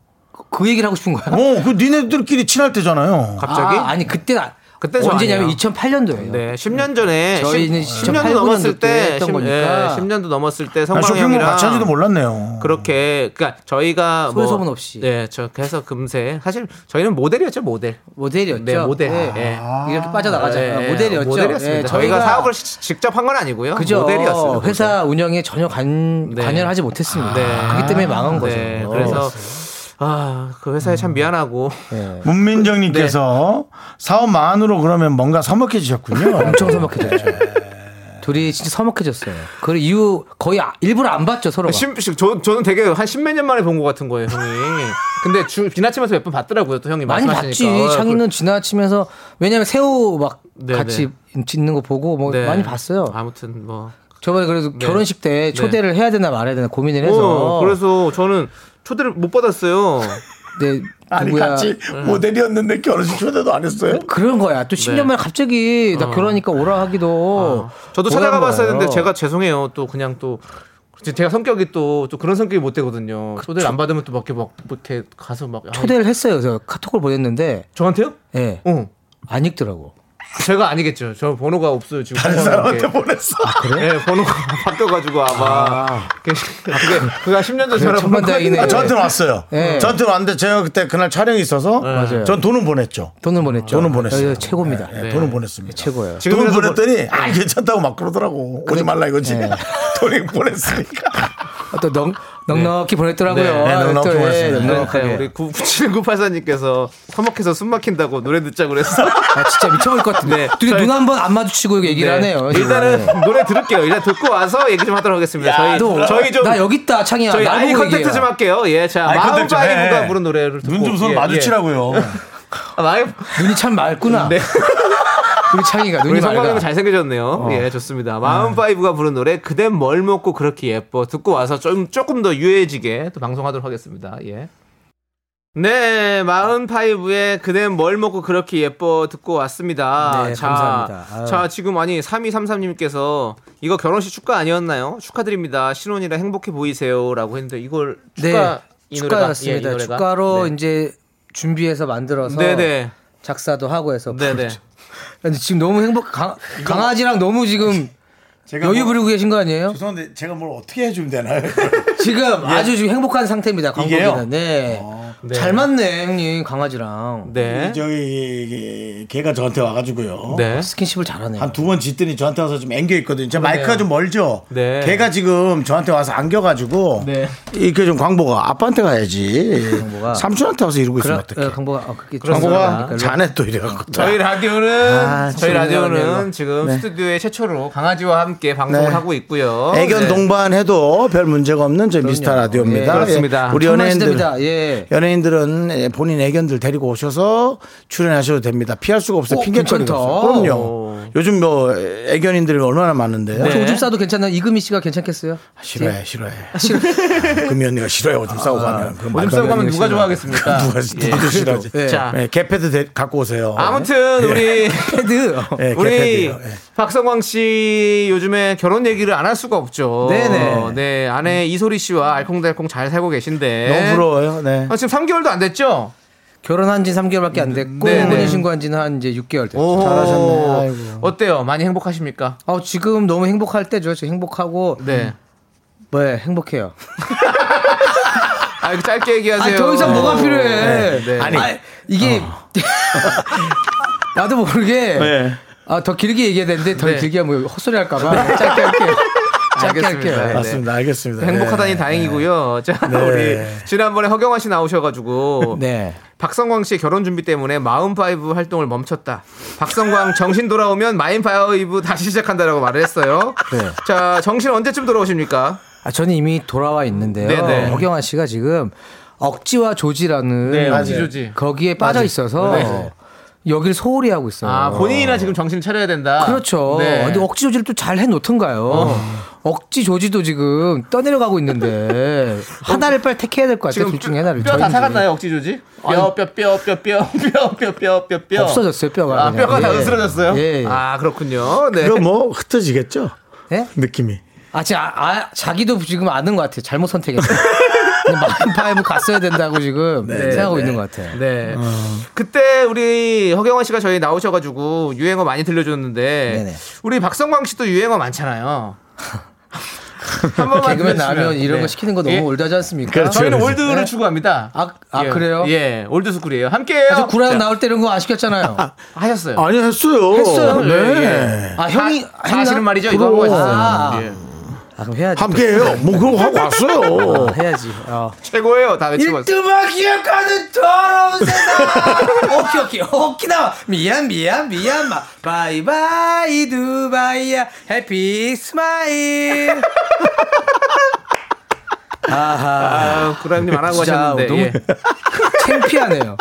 E: 그 얘기를 하고 싶은 거야?
A: 어, 그 니네들끼리 친할 때잖아요.
B: 갑자기?
E: 아, 니 그때 나-
B: 그때 저
E: 언제냐면
B: 아니에요.
E: 2008년도예요.
B: 네, 10년 전에
E: 저희는
B: 10, 년도
E: 2008
B: 넘었을
E: 년도 때
B: 때
E: 했던
B: 10,
E: 거니까. 아,
B: 10년도 넘었을 때
A: 나 쇼핑몰
B: 성광형이랑
A: 같이 하지도 몰랐네요.
B: 그렇게 그러니까 저희가 뭐-
E: 소외소문 없이.
B: 네, 저 그래서 금세 사실 저희는 모델이었죠 모델.
E: 모델이었죠.
B: 네, 모델.
E: 예.
B: 예.
E: 이렇게 빠져나가자.
B: 예, 예.
E: 아, 모델이었죠.
B: 모델이었습니다.
E: 예,
B: 저희가, 사업을 시- 직접 한 건 아니고요.
E: 그죠.
B: 모델이었습니다.
E: 회사 운영에 전혀 관,
B: 네.
E: 관여를 하지 못했습니다.
B: 네.
E: 그렇기 때문에 망한 거죠. 어. 음.
B: 네, 그래서 아, 그 회사에 참 미안하고
E: 네.
A: 문민정님께서 네.
B: 네.
A: 사업 만으로 그러면 뭔가 서먹해지셨군요.
E: 엄청 서먹해졌죠.
B: 네.
E: 둘이 진짜 서먹해졌어요. 그 이후 거의 아- 일부러 안 봤죠 서로. 가
B: 심, 심- 저, 저는 되게 한 십몇 년 만에 본 것 같은 거예요, 형이. 근데 주, 지나치면서 몇 번 봤더라고요, 또 형이
E: 많이 봤지.
B: 말씀하시니까. 어,
E: 창희는 지나치면서 왜냐면 새우 막
B: 네,
E: 같이 짓는 거 보고 뭐
B: 네.
E: 많이 봤어요.
B: 아무튼 뭐.
E: 저번에 그래서
B: 네.
E: 결혼식 때 초대를 해야 되나 말아야 되나 고민을 해서.
B: 어, 그래서 저는 초대를 못 받았어요.
E: 네,
A: 아니
E: 누구야?
A: 같이
E: 음.
A: 모델이었는데 결혼식 초대도 안 했어요.
E: 그런 거야. 또 10년 만에 갑자기 나 결혼하니까 오라 하기도.
B: 저도 네. 어.
E: 뭐란
B: 찾아가 봤어야
E: 거예요.
B: 했는데 제가 죄송해요. 또 그냥 또 제가 성격이 또, 또 그런 성격이 못 되거든요. 초대를 안 받으면 또 밖에 막 이렇게 가서 막 아,
E: 초대를 했어요. 그래서 카톡을 보냈는데
B: 저한테요?
E: 예.
B: 응.
E: 안 읽더라고.
A: 아,
B: 제가 아니겠죠. 저 번호가 없어요 지금.
A: 다른 사람한테 보냈어.
B: 그래? 네, 번호가 바뀌어가지고 아마. 그게 그가 10년 전
E: 그래,
B: 저랑
E: 천만 다행이네.
A: 아, 저한테 는 왔어요.
E: 예.
A: 저한테 는 왔는데 제가 그때 그날 촬영이 있어서
E: 맞아요.
A: 전 돈은 보냈죠.
E: 돈을 보냈죠.
A: 돈은 보냈어요.
E: 예, 최고입니다.
A: 예, 돈은 보냈습니다.
E: 최고예요. 뭐- 네.
A: 돈
B: 지금이라도
A: 보냈더니 아 괜찮다고 막 그러더라고 오지 말라 이거지 돈이 보냈으니까
E: 아, 또 넉, 넉넉히 보냈더라고요.
B: 네.
A: 네, 넉넉히
E: 또, 예,
A: 보냈습니다.
E: 넉넉하게.
B: 네, 우리 97984님께서 서먹해서 숨 막힌다고 노래 듣자 그래서.
E: 아, 진짜 미쳐버릴 것 같은데. 둘이
B: 네. 저희-
E: 눈 한 번 안 마주치고 얘기를 하네요.
B: 일단은 노래 들을게요. 일단 듣고 와서 얘기 좀 하도록 하겠습니다. 저희
E: 너,
B: 저희 좀
E: 나 여기 있다, 창이야.
B: 저희
E: 나
B: 아이
E: 보고
B: 컨택트
E: 얘기해라.
B: 좀 할게요. 예, 자
A: 아이 컨택트 좀 해.
B: 마음바이브가 부른 노래를 듣고
A: 눈좀서
B: 예,
A: 마주치라고요
B: 예. 아, 마이
E: 눈이 참 맑구나.
B: 네.
E: 우리 창이가 눈이 어. 네.
B: 우리 성광님
E: 맑아.
B: 잘생겨졌네요. 예, 좋습니다. 마음파이브가 부른 노래 그댄 뭘 먹고 그렇게 예뻐 듣고 와서 좀 조금 더 유해지게 또 방송하도록 하겠습니다. 예. 네, 마흔파이브의 그댄 뭘 먹고 그렇게 예뻐 듣고 왔습니다.
E: 네, 감사합니다. 아유.
B: 자, 지금 아니 3233님께서 이거 결혼식 축가 아니었나요? 축하드립니다. 신혼이라 행복해 보이세요라고 했는데 이걸
E: 네.
B: 축가 이 노래가 예, 이
E: 축가였습니다.
B: 노래가?
E: 축가로
B: 네.
E: 이제 준비해서 만들어서
B: 네네
E: 작사도 하고 해서 그렇죠.
B: 네네
E: 근데 지금 너무 행복 강, 강아지랑 너무 지금
A: 제가
E: 여유
A: 뭐-
E: 부리고 계신 거 아니에요?
A: 죄송한데 제가 뭘 어떻게 해주면 되나요
E: 지금
B: 예.
E: 아주 지금 행복한 상태입니다.
A: 이게요?
E: 광고기는 네.
B: 어,
E: 잘 맞네 형님 강아지랑
B: 네.
A: 저기 걔가 저한테 와가지고요
B: 네.
E: 스킨십을 잘하네요.
A: 한 두 번 짖더니 저한테 와서 좀 안겨 있거든요. 제 마이크가 좀 멀죠.
B: 네.
A: 걔가 지금 저한테 와서 안겨가지고
B: 네.
A: 이렇게 좀 광보가 아빠한테 가야지.
E: 광보가.
A: 삼촌한테 와서 이러고 있으면
E: 그럼
A: 어떡해?
E: 강보가 어, 그게
A: 광보가
E: 그러니까
A: 자네 또 이래갖고.
B: 저희 라디오는
E: 아,
B: 저희
E: 재밌네요,
B: 라디오는
E: 재밌네요.
B: 지금
A: 네.
B: 스튜디오에 최초로 강아지와 함께 방송을
A: 네.
B: 하고 있고요.
A: 애견
B: 네.
A: 동반해도 별 문제가 없는 저희 미스터 라디오입니다.
B: 예, 그렇습니다.
A: 우리
E: 천만
A: 연예인들
E: 시대입니다. 예.
A: 연예인들은 예, 본인 애견들 데리고 오셔서 출연하셔도 됩니다. 피할 수가 없어요.
E: 오,
A: 핑계거리가
E: 괜찮다.
A: 없어요. 그럼요. 요즘 뭐 애견인들이 얼마나 많은데요.
B: 네.
E: 오줌 싸도 괜찮나? 이금희 씨가 괜찮겠어요?
A: 싫어해, 싫어해.
B: 아,
A: 금이 언니가 싫어해. 오줌 싸고 가면. 그건
B: 오줌
A: 말도
B: 아, 싸고
A: 안
B: 가면
A: 되는
B: 누가
A: 거지.
B: 좋아하겠습니까?
A: 누가 누구도 싫어하지.
E: 예.
B: 자,
A: 예, 개패드 데- 갖고 오세요.
B: 아무튼 우리 네,
E: 헤드.
A: 예,
B: 우리
A: 개패드요. 예.
B: 박성광 씨 요즘에 결혼 얘기를 안 할 수가 없죠.
E: 네네.
B: 네, 아내 이소리 씨와 알콩달콩 잘 살고 계신데.
A: 너무 부러워요. 네.
B: 아, 지금 3개월도 안 됐죠?
E: 결혼한 지 3개월밖에 안 됐고
B: 네, 네.
E: 혼인신고한 지는 한 이제 6개월 됐죠.
B: 오호.
A: 잘하셨네. 아이고.
B: 어때요? 많이 행복하십니까?
E: 어, 지금 너무 행복할 때죠. 지금 행복하고
B: 네.
E: 뭐 네, 행복해요.
B: 아, 이거 짧게 얘기하세요. 어.
E: 아니, 더 이상 뭐가 필요해.
B: 네, 네.
E: 아니, 이게 나도 모르게 아, 더 길게 얘기해야 되는데 더
B: 네.
E: 길게 하면 헛소리 할까봐 짧게 할게요. 짧게
B: 알겠습니다.
E: 할게요.
B: 네.
A: 맞습니다. 알겠습니다.
B: 행복하다니
A: 네.
B: 다행이고요. 자,
A: 네.
B: 우리 지난번에 허경환 씨 나오셔가지고
E: 네.
B: 박성광 씨의 결혼 준비 때문에 마음파이브 활동을 멈췄다. 박성광 정신 돌아오면 마인파이브 다시 시작한다라고 말을 했어요. 자, 정신 언제쯤 돌아오십니까?
E: 아, 저는 이미 돌아와 있는데요.
B: 네네.
E: 허경환 씨가 지금 억지와 조지라는
B: 네, 어지조지. 네.
E: 거기에 빠져 있어서 여기를 소홀히 하고 있어요.
B: 아, 본인이나 지금 정신 차려야 된다.
E: 그렇죠.
B: 네. 어.
E: 근데 억지 조지를 또 잘 해놓던가요. 억지 조지도 지금 떠내려가고 있는데 하나를 빨리 택해야 될 것 같아요. 둘 중에 하나를.
B: 뼈다
E: 저희들이.
B: 사갔나요 억지조지? 뼈뼈뼈뼈뼈뼈뼈뼈뼈뼈
E: 없어졌어요 뼈가.
B: 아,
E: 그냥.
B: 뼈가 다
E: 예.
B: 으스러졌어요.
E: 예. 아,
B: 아 그렇군요. 네.
A: 그럼 뭐 흩어지겠죠.
E: 예?
A: 느낌이.
E: 아, 지- 아, 아, 자기도 지금 아는 것 같아요. 잘못 선택했어요. 마음파이브 갔어야 된다고 지금 생각하고 있는 것 같아요.
B: 네. 그때 우리 허경환 씨가 저희 나오셔가지고 유행어 많이 들려줬는데
E: 네네.
B: 우리 박성광 씨도 유행어 많잖아요. 한 번만
E: 개그맨
B: 들려주시면.
E: 나면 이런
B: 네.
E: 거 시키는 거 너무
B: 예.
E: 올드하지 않습니까?
A: 그렇죠.
B: 저희는
A: 그렇죠.
B: 올드를 추구합니다.
E: 아, 아
B: 예.
E: 그래요?
B: 예, 올드 스쿨이에요. 함께해요.
E: 아, 저 구라형 나올 때 이런 거 안 시켰잖아요.
B: 하셨어요.
A: 아니 했어요.
E: 했어요?
A: 네.
B: 예,
E: 아 형이
B: 사- 사실은 말이죠. 이거 하고
E: 그럼.
B: 왔어요.
E: 아,
B: 예.
E: 아, 그럼 해야지.
A: 함께해요. 뭐 그거 하고 왔어요.
E: 또. 해야지. 어.
B: 최고예요. 다 외치고 왔어요.
E: 일두만 기억하는 더러운 세상. 오케이 오케이 오키나와 미안 미안 미안 마 바이바이 두바이야 해피 스마일. 아하
B: 아, 구라님 안 하고
E: 진짜
B: 하셨는데.
E: 너무
B: 예.
E: 창피하네요.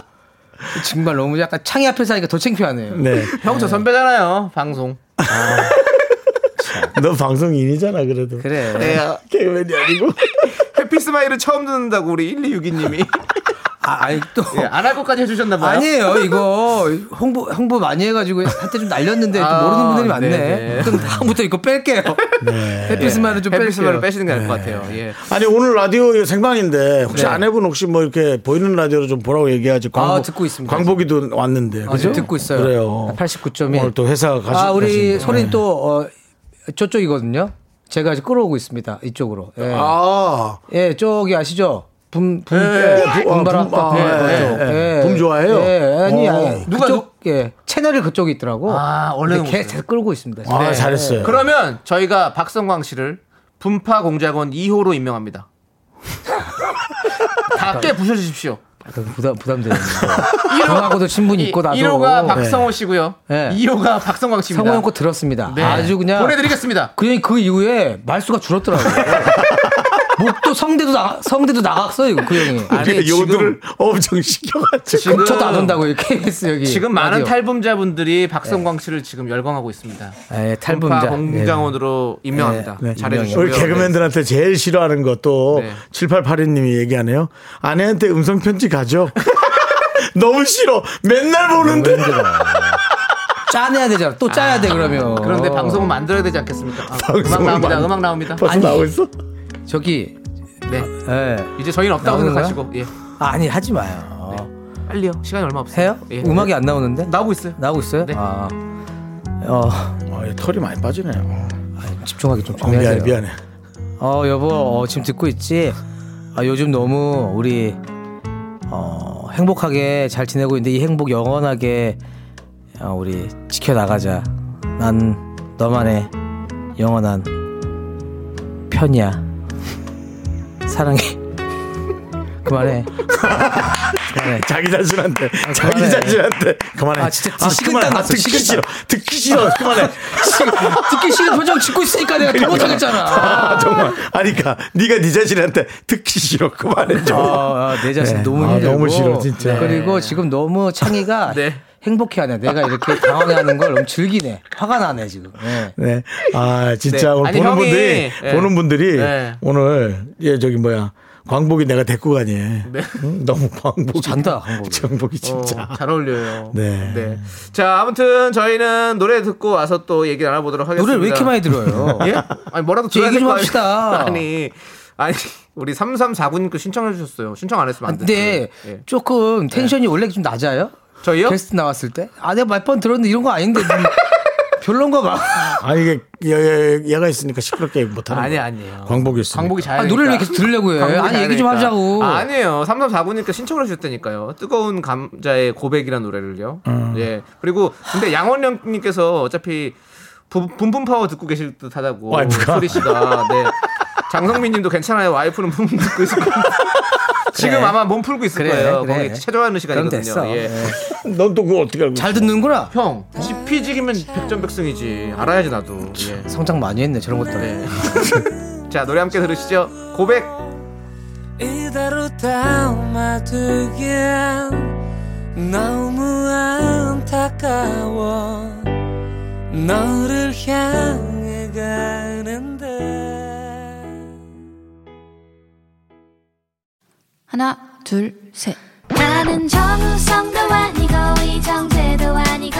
E: 정말 너무 약간 창이 앞에서 하니까 더 창피하네요.
A: 네.
B: 형 저 선배잖아요. 방송.
A: 너 방송인이잖아 그래도.
E: 그래.
A: 개그맨이 아니고.
B: 네. 해피스마일은 처음 듣는다고 우리 1262님이
E: 아, 아니 또
B: 안 할 것까지 해주셨나 봐요.
E: 아니에요 이거 홍보 홍보 많이 해가지고 한때 좀 날렸는데 또
B: 아,
E: 모르는 분들이 많네.
B: 네네.
E: 그럼 다음부터 이거 뺄게요.
A: 네.
E: 해피스마일은 좀
B: 해피스마일을
E: 뺄게요.
B: 빼시는 게 나을 것 같아요. 예.
A: 아니 오늘 라디오 생방인데 혹시
E: 네.
A: 안 해본 혹시 뭐 이렇게 보이는 라디오로 좀 보라고 얘기하지. 광복,
E: 듣고 있습니다.
A: 광복이도 왔는데.
E: 아, 지금
A: 그죠?
E: 듣고 있어요.
A: 그래요.
E: 89.1.
A: 오늘 또 회사 가시. 네.
E: 아 우리
A: 가시는데.
E: 소린 또 어, 저쪽이거든요. 제가 아직 끌어오고 있습니다. 이쪽으로. 예,
A: 아.
E: 예 저기 아시죠? 붐, 붐,
A: 예, 붐, 아,
E: 바람
A: 붐, 아, 예, 예. 붐 좋아해요?
E: 예, 아니,
A: 어.
E: 아니.
B: 누가
E: 그쪽, 예. 채널이 그쪽에 있더라고.
B: 아, 원래는
E: 근데
B: 그쪽이요.
E: 계속 끌고 있습니다.
A: 아 잘했어요.
B: 그러면 저희가 박성광 씨를 분파 공작원 2호로 임명합니다. 다 깨 부셔주십시오.
E: 약간 부담, 부담되네요. 저하고도 친분이 있고 나도.
B: 1호가 박성호 씨고요.
E: 네.
B: 2호가 박성광 씨입니다.
E: 성호 형거 들었습니다.
B: 네.
E: 아주 그냥.
B: 보내드리겠습니다.
E: 그냥 그 이후에 말수가 줄었더라고요. 목도 성대도 나, 성대도 나갔어, 이거, 그 형이.
B: 아니 지금
A: 요들을 엄청 시켜가지고.
B: 지금-
E: 근처도 안 온다고, 이 KBS 여기.
B: 지금 많은
E: 라디오. 네.
B: 탈북자분들이 박성광 씨를 지금 열광하고 있습니다.
E: 예,
B: 분파
E: 탈북자.
B: 공작원으로 임명합니다.
A: 네.
B: 잘해주시고요.
A: 우리 개그맨들한테 제일 싫어하는 것도
B: 네.
A: 7882님이 얘기하네요. 아내한테 음성편지 가죠. 너무 싫어. 맨날 보는데.
E: 짜내야 되잖아. 또 짜야 돼, 그러면.
B: 네. 그런데 방송은 만들어야 되지 않겠습니까? 아, 음악
A: 방송은
B: 나옵니다.
A: 만-
B: 음악 나옵니다.
A: 벌써
E: 아니.
A: 나오고 있어?
E: 저기,
B: 네.
E: 예.
B: 이제 저희는 없다고
E: 나오는 거야?
B: 생각하시고 예.
E: 아니, 하지 마요.
B: 빨리요. 시간이 얼마 없어요.
E: 해요?
B: 네. 예.
E: 음악이 안 나오는데?
B: 나오고 있어요.
E: 나오고 있어요?
B: 네.
E: 아. 어,
A: 어, 얘 털이 많이 빠지네요.
E: 집중하기 좀
A: 어, 미안해,
E: 중요해요.
A: 미안해.
E: 어, 여보, 어, 지금 듣고 있지? 아, 요즘 너무 우리 어, 행복하게 잘 지내고 있는데 이 행복 영원하게 어, 우리 지켜나가자. 난 너만의 영원한 편이야. 사랑해. 그만해. 네.
A: 자기 자신한테 자기
E: 그만해.
A: 자신한테 그만해.
E: 아, 진짜 식은땀
A: 그만해. 아,
E: 났어,
A: 듣기
E: 식은땀.
A: 싫어. 듣기 싫어. 그만해.
E: 듣기 싫은 표정 짓고 있으니까 내가 더 못하겠잖아.
A: 아, 정말. 아니까 네가 네 자신한테 듣기 싫어. 그만해 좀.
E: 아, 아, 내 자신
A: 네.
E: 너무
A: 아,
E: 힘들고
A: 너무 싫어, 진짜. 네.
E: 그리고 지금 너무 창의가 행복해하네. 내가 이렇게 당황해하는 걸 너무 즐기네. 화가 나네 지금. 네.
A: 네. 아, 진짜
B: 네.
A: 오늘
B: 아니,
A: 보는
B: 형이-
A: 분들이,
B: 네.
A: 보는 분들이
B: 네.
A: 오늘, 예, 저기 뭐야. 광복이 내가 데리고 가니. 응? 너무 광복이.
E: 잔다, 광복이.
A: 광복이 진짜.
B: 네. 어, 잘 어울려요.
A: 네.
B: 자, 아무튼 저희는 노래 듣고 와서 또 얘기 나눠보도록 하겠습니다.
E: 노래를 왜 이렇게 많이 들어요?
B: 예? 아니 뭐라도
E: 저
B: 들어야
E: 얘기
B: 될거
E: 좀
B: 아니-
E: 합시다.
B: 아니 아니 우리 3349님께 신청해 주셨어요. 신청 안 했으면 안 돼.
E: 아, 근데
B: 예.
E: 조금
B: 네.
E: 텐션이 원래 좀 낮아요?
B: 저희요?
E: 게스트 나왔을 때? 아, 내가 몇 번 들었는데 이런 거 아닌데. 뭐 별론가 봐.
A: 아, 이게, 얘, 얘, 가 있으니까 시끄럽게 못하는
B: 아니
A: 거야.
B: 아니에요.
A: 광복이 있으니까.
B: 광복이 잘.
E: 아, 노래를 왜 계속 들으려고 해? 아니, 얘기 좀 하자고.
B: 아니에요. 3349님께 신청을 해주셨다니까요. 뜨거운 감자의 고백이란 노래를요.
A: 음.
B: 예. 그리고 근데 양원령님께서 어차피 부- 붐붐 파워 듣고 계실 듯하다고
A: 와이프가?
B: 소리 씨가 네. 장성민님도 괜찮아요. 와이프는 붐붐 듣고 있을 거예요. 지금
E: 그래.
B: 아마 몸 풀고 있을
E: 그래,
B: 거예요.
E: 그래.
B: 거기 최저하는 시간이거든요.
E: 그럼 됐어. 네.
B: 예.
A: 넌 또 그거 어떻게 알고.
E: 잘 듣는구나.
B: 형, 지피지기면 백전백승이지. 알아야지 나도. 예.
E: 성장 많이 했네, 저런 것도.
B: 네. 자 노래 함께 들으시죠. 고백.
G: 이대로 담아두기엔 너무 안타까워 너를 향해 가는데
H: 하나, 둘, 셋.
D: 나는 정우성도 아니고 이정재도 아니고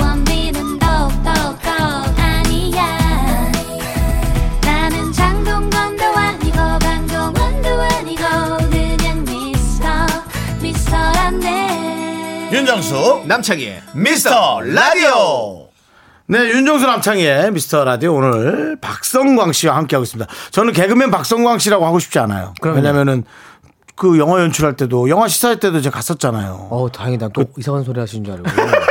D: 원빈은 더욱더 아니야 나는 장동건도 아니고 강동원도 아니고 그냥 미스터 미스터란데
I: 윤정수 남창희의 미스터 라디오
A: 네, 윤정수 남창희의 미스터 라디오 오늘 박성광 씨와 함께하고 있습니다. 저는 개그맨 박성광 씨라고 하고 싶지 않아요. 왜냐면은 그 영화 연출할 때도 영화 시사회 때도 제가 갔었잖아요.
E: 어우, 다행이다. 또 이상한 소리 하시는 줄 알고.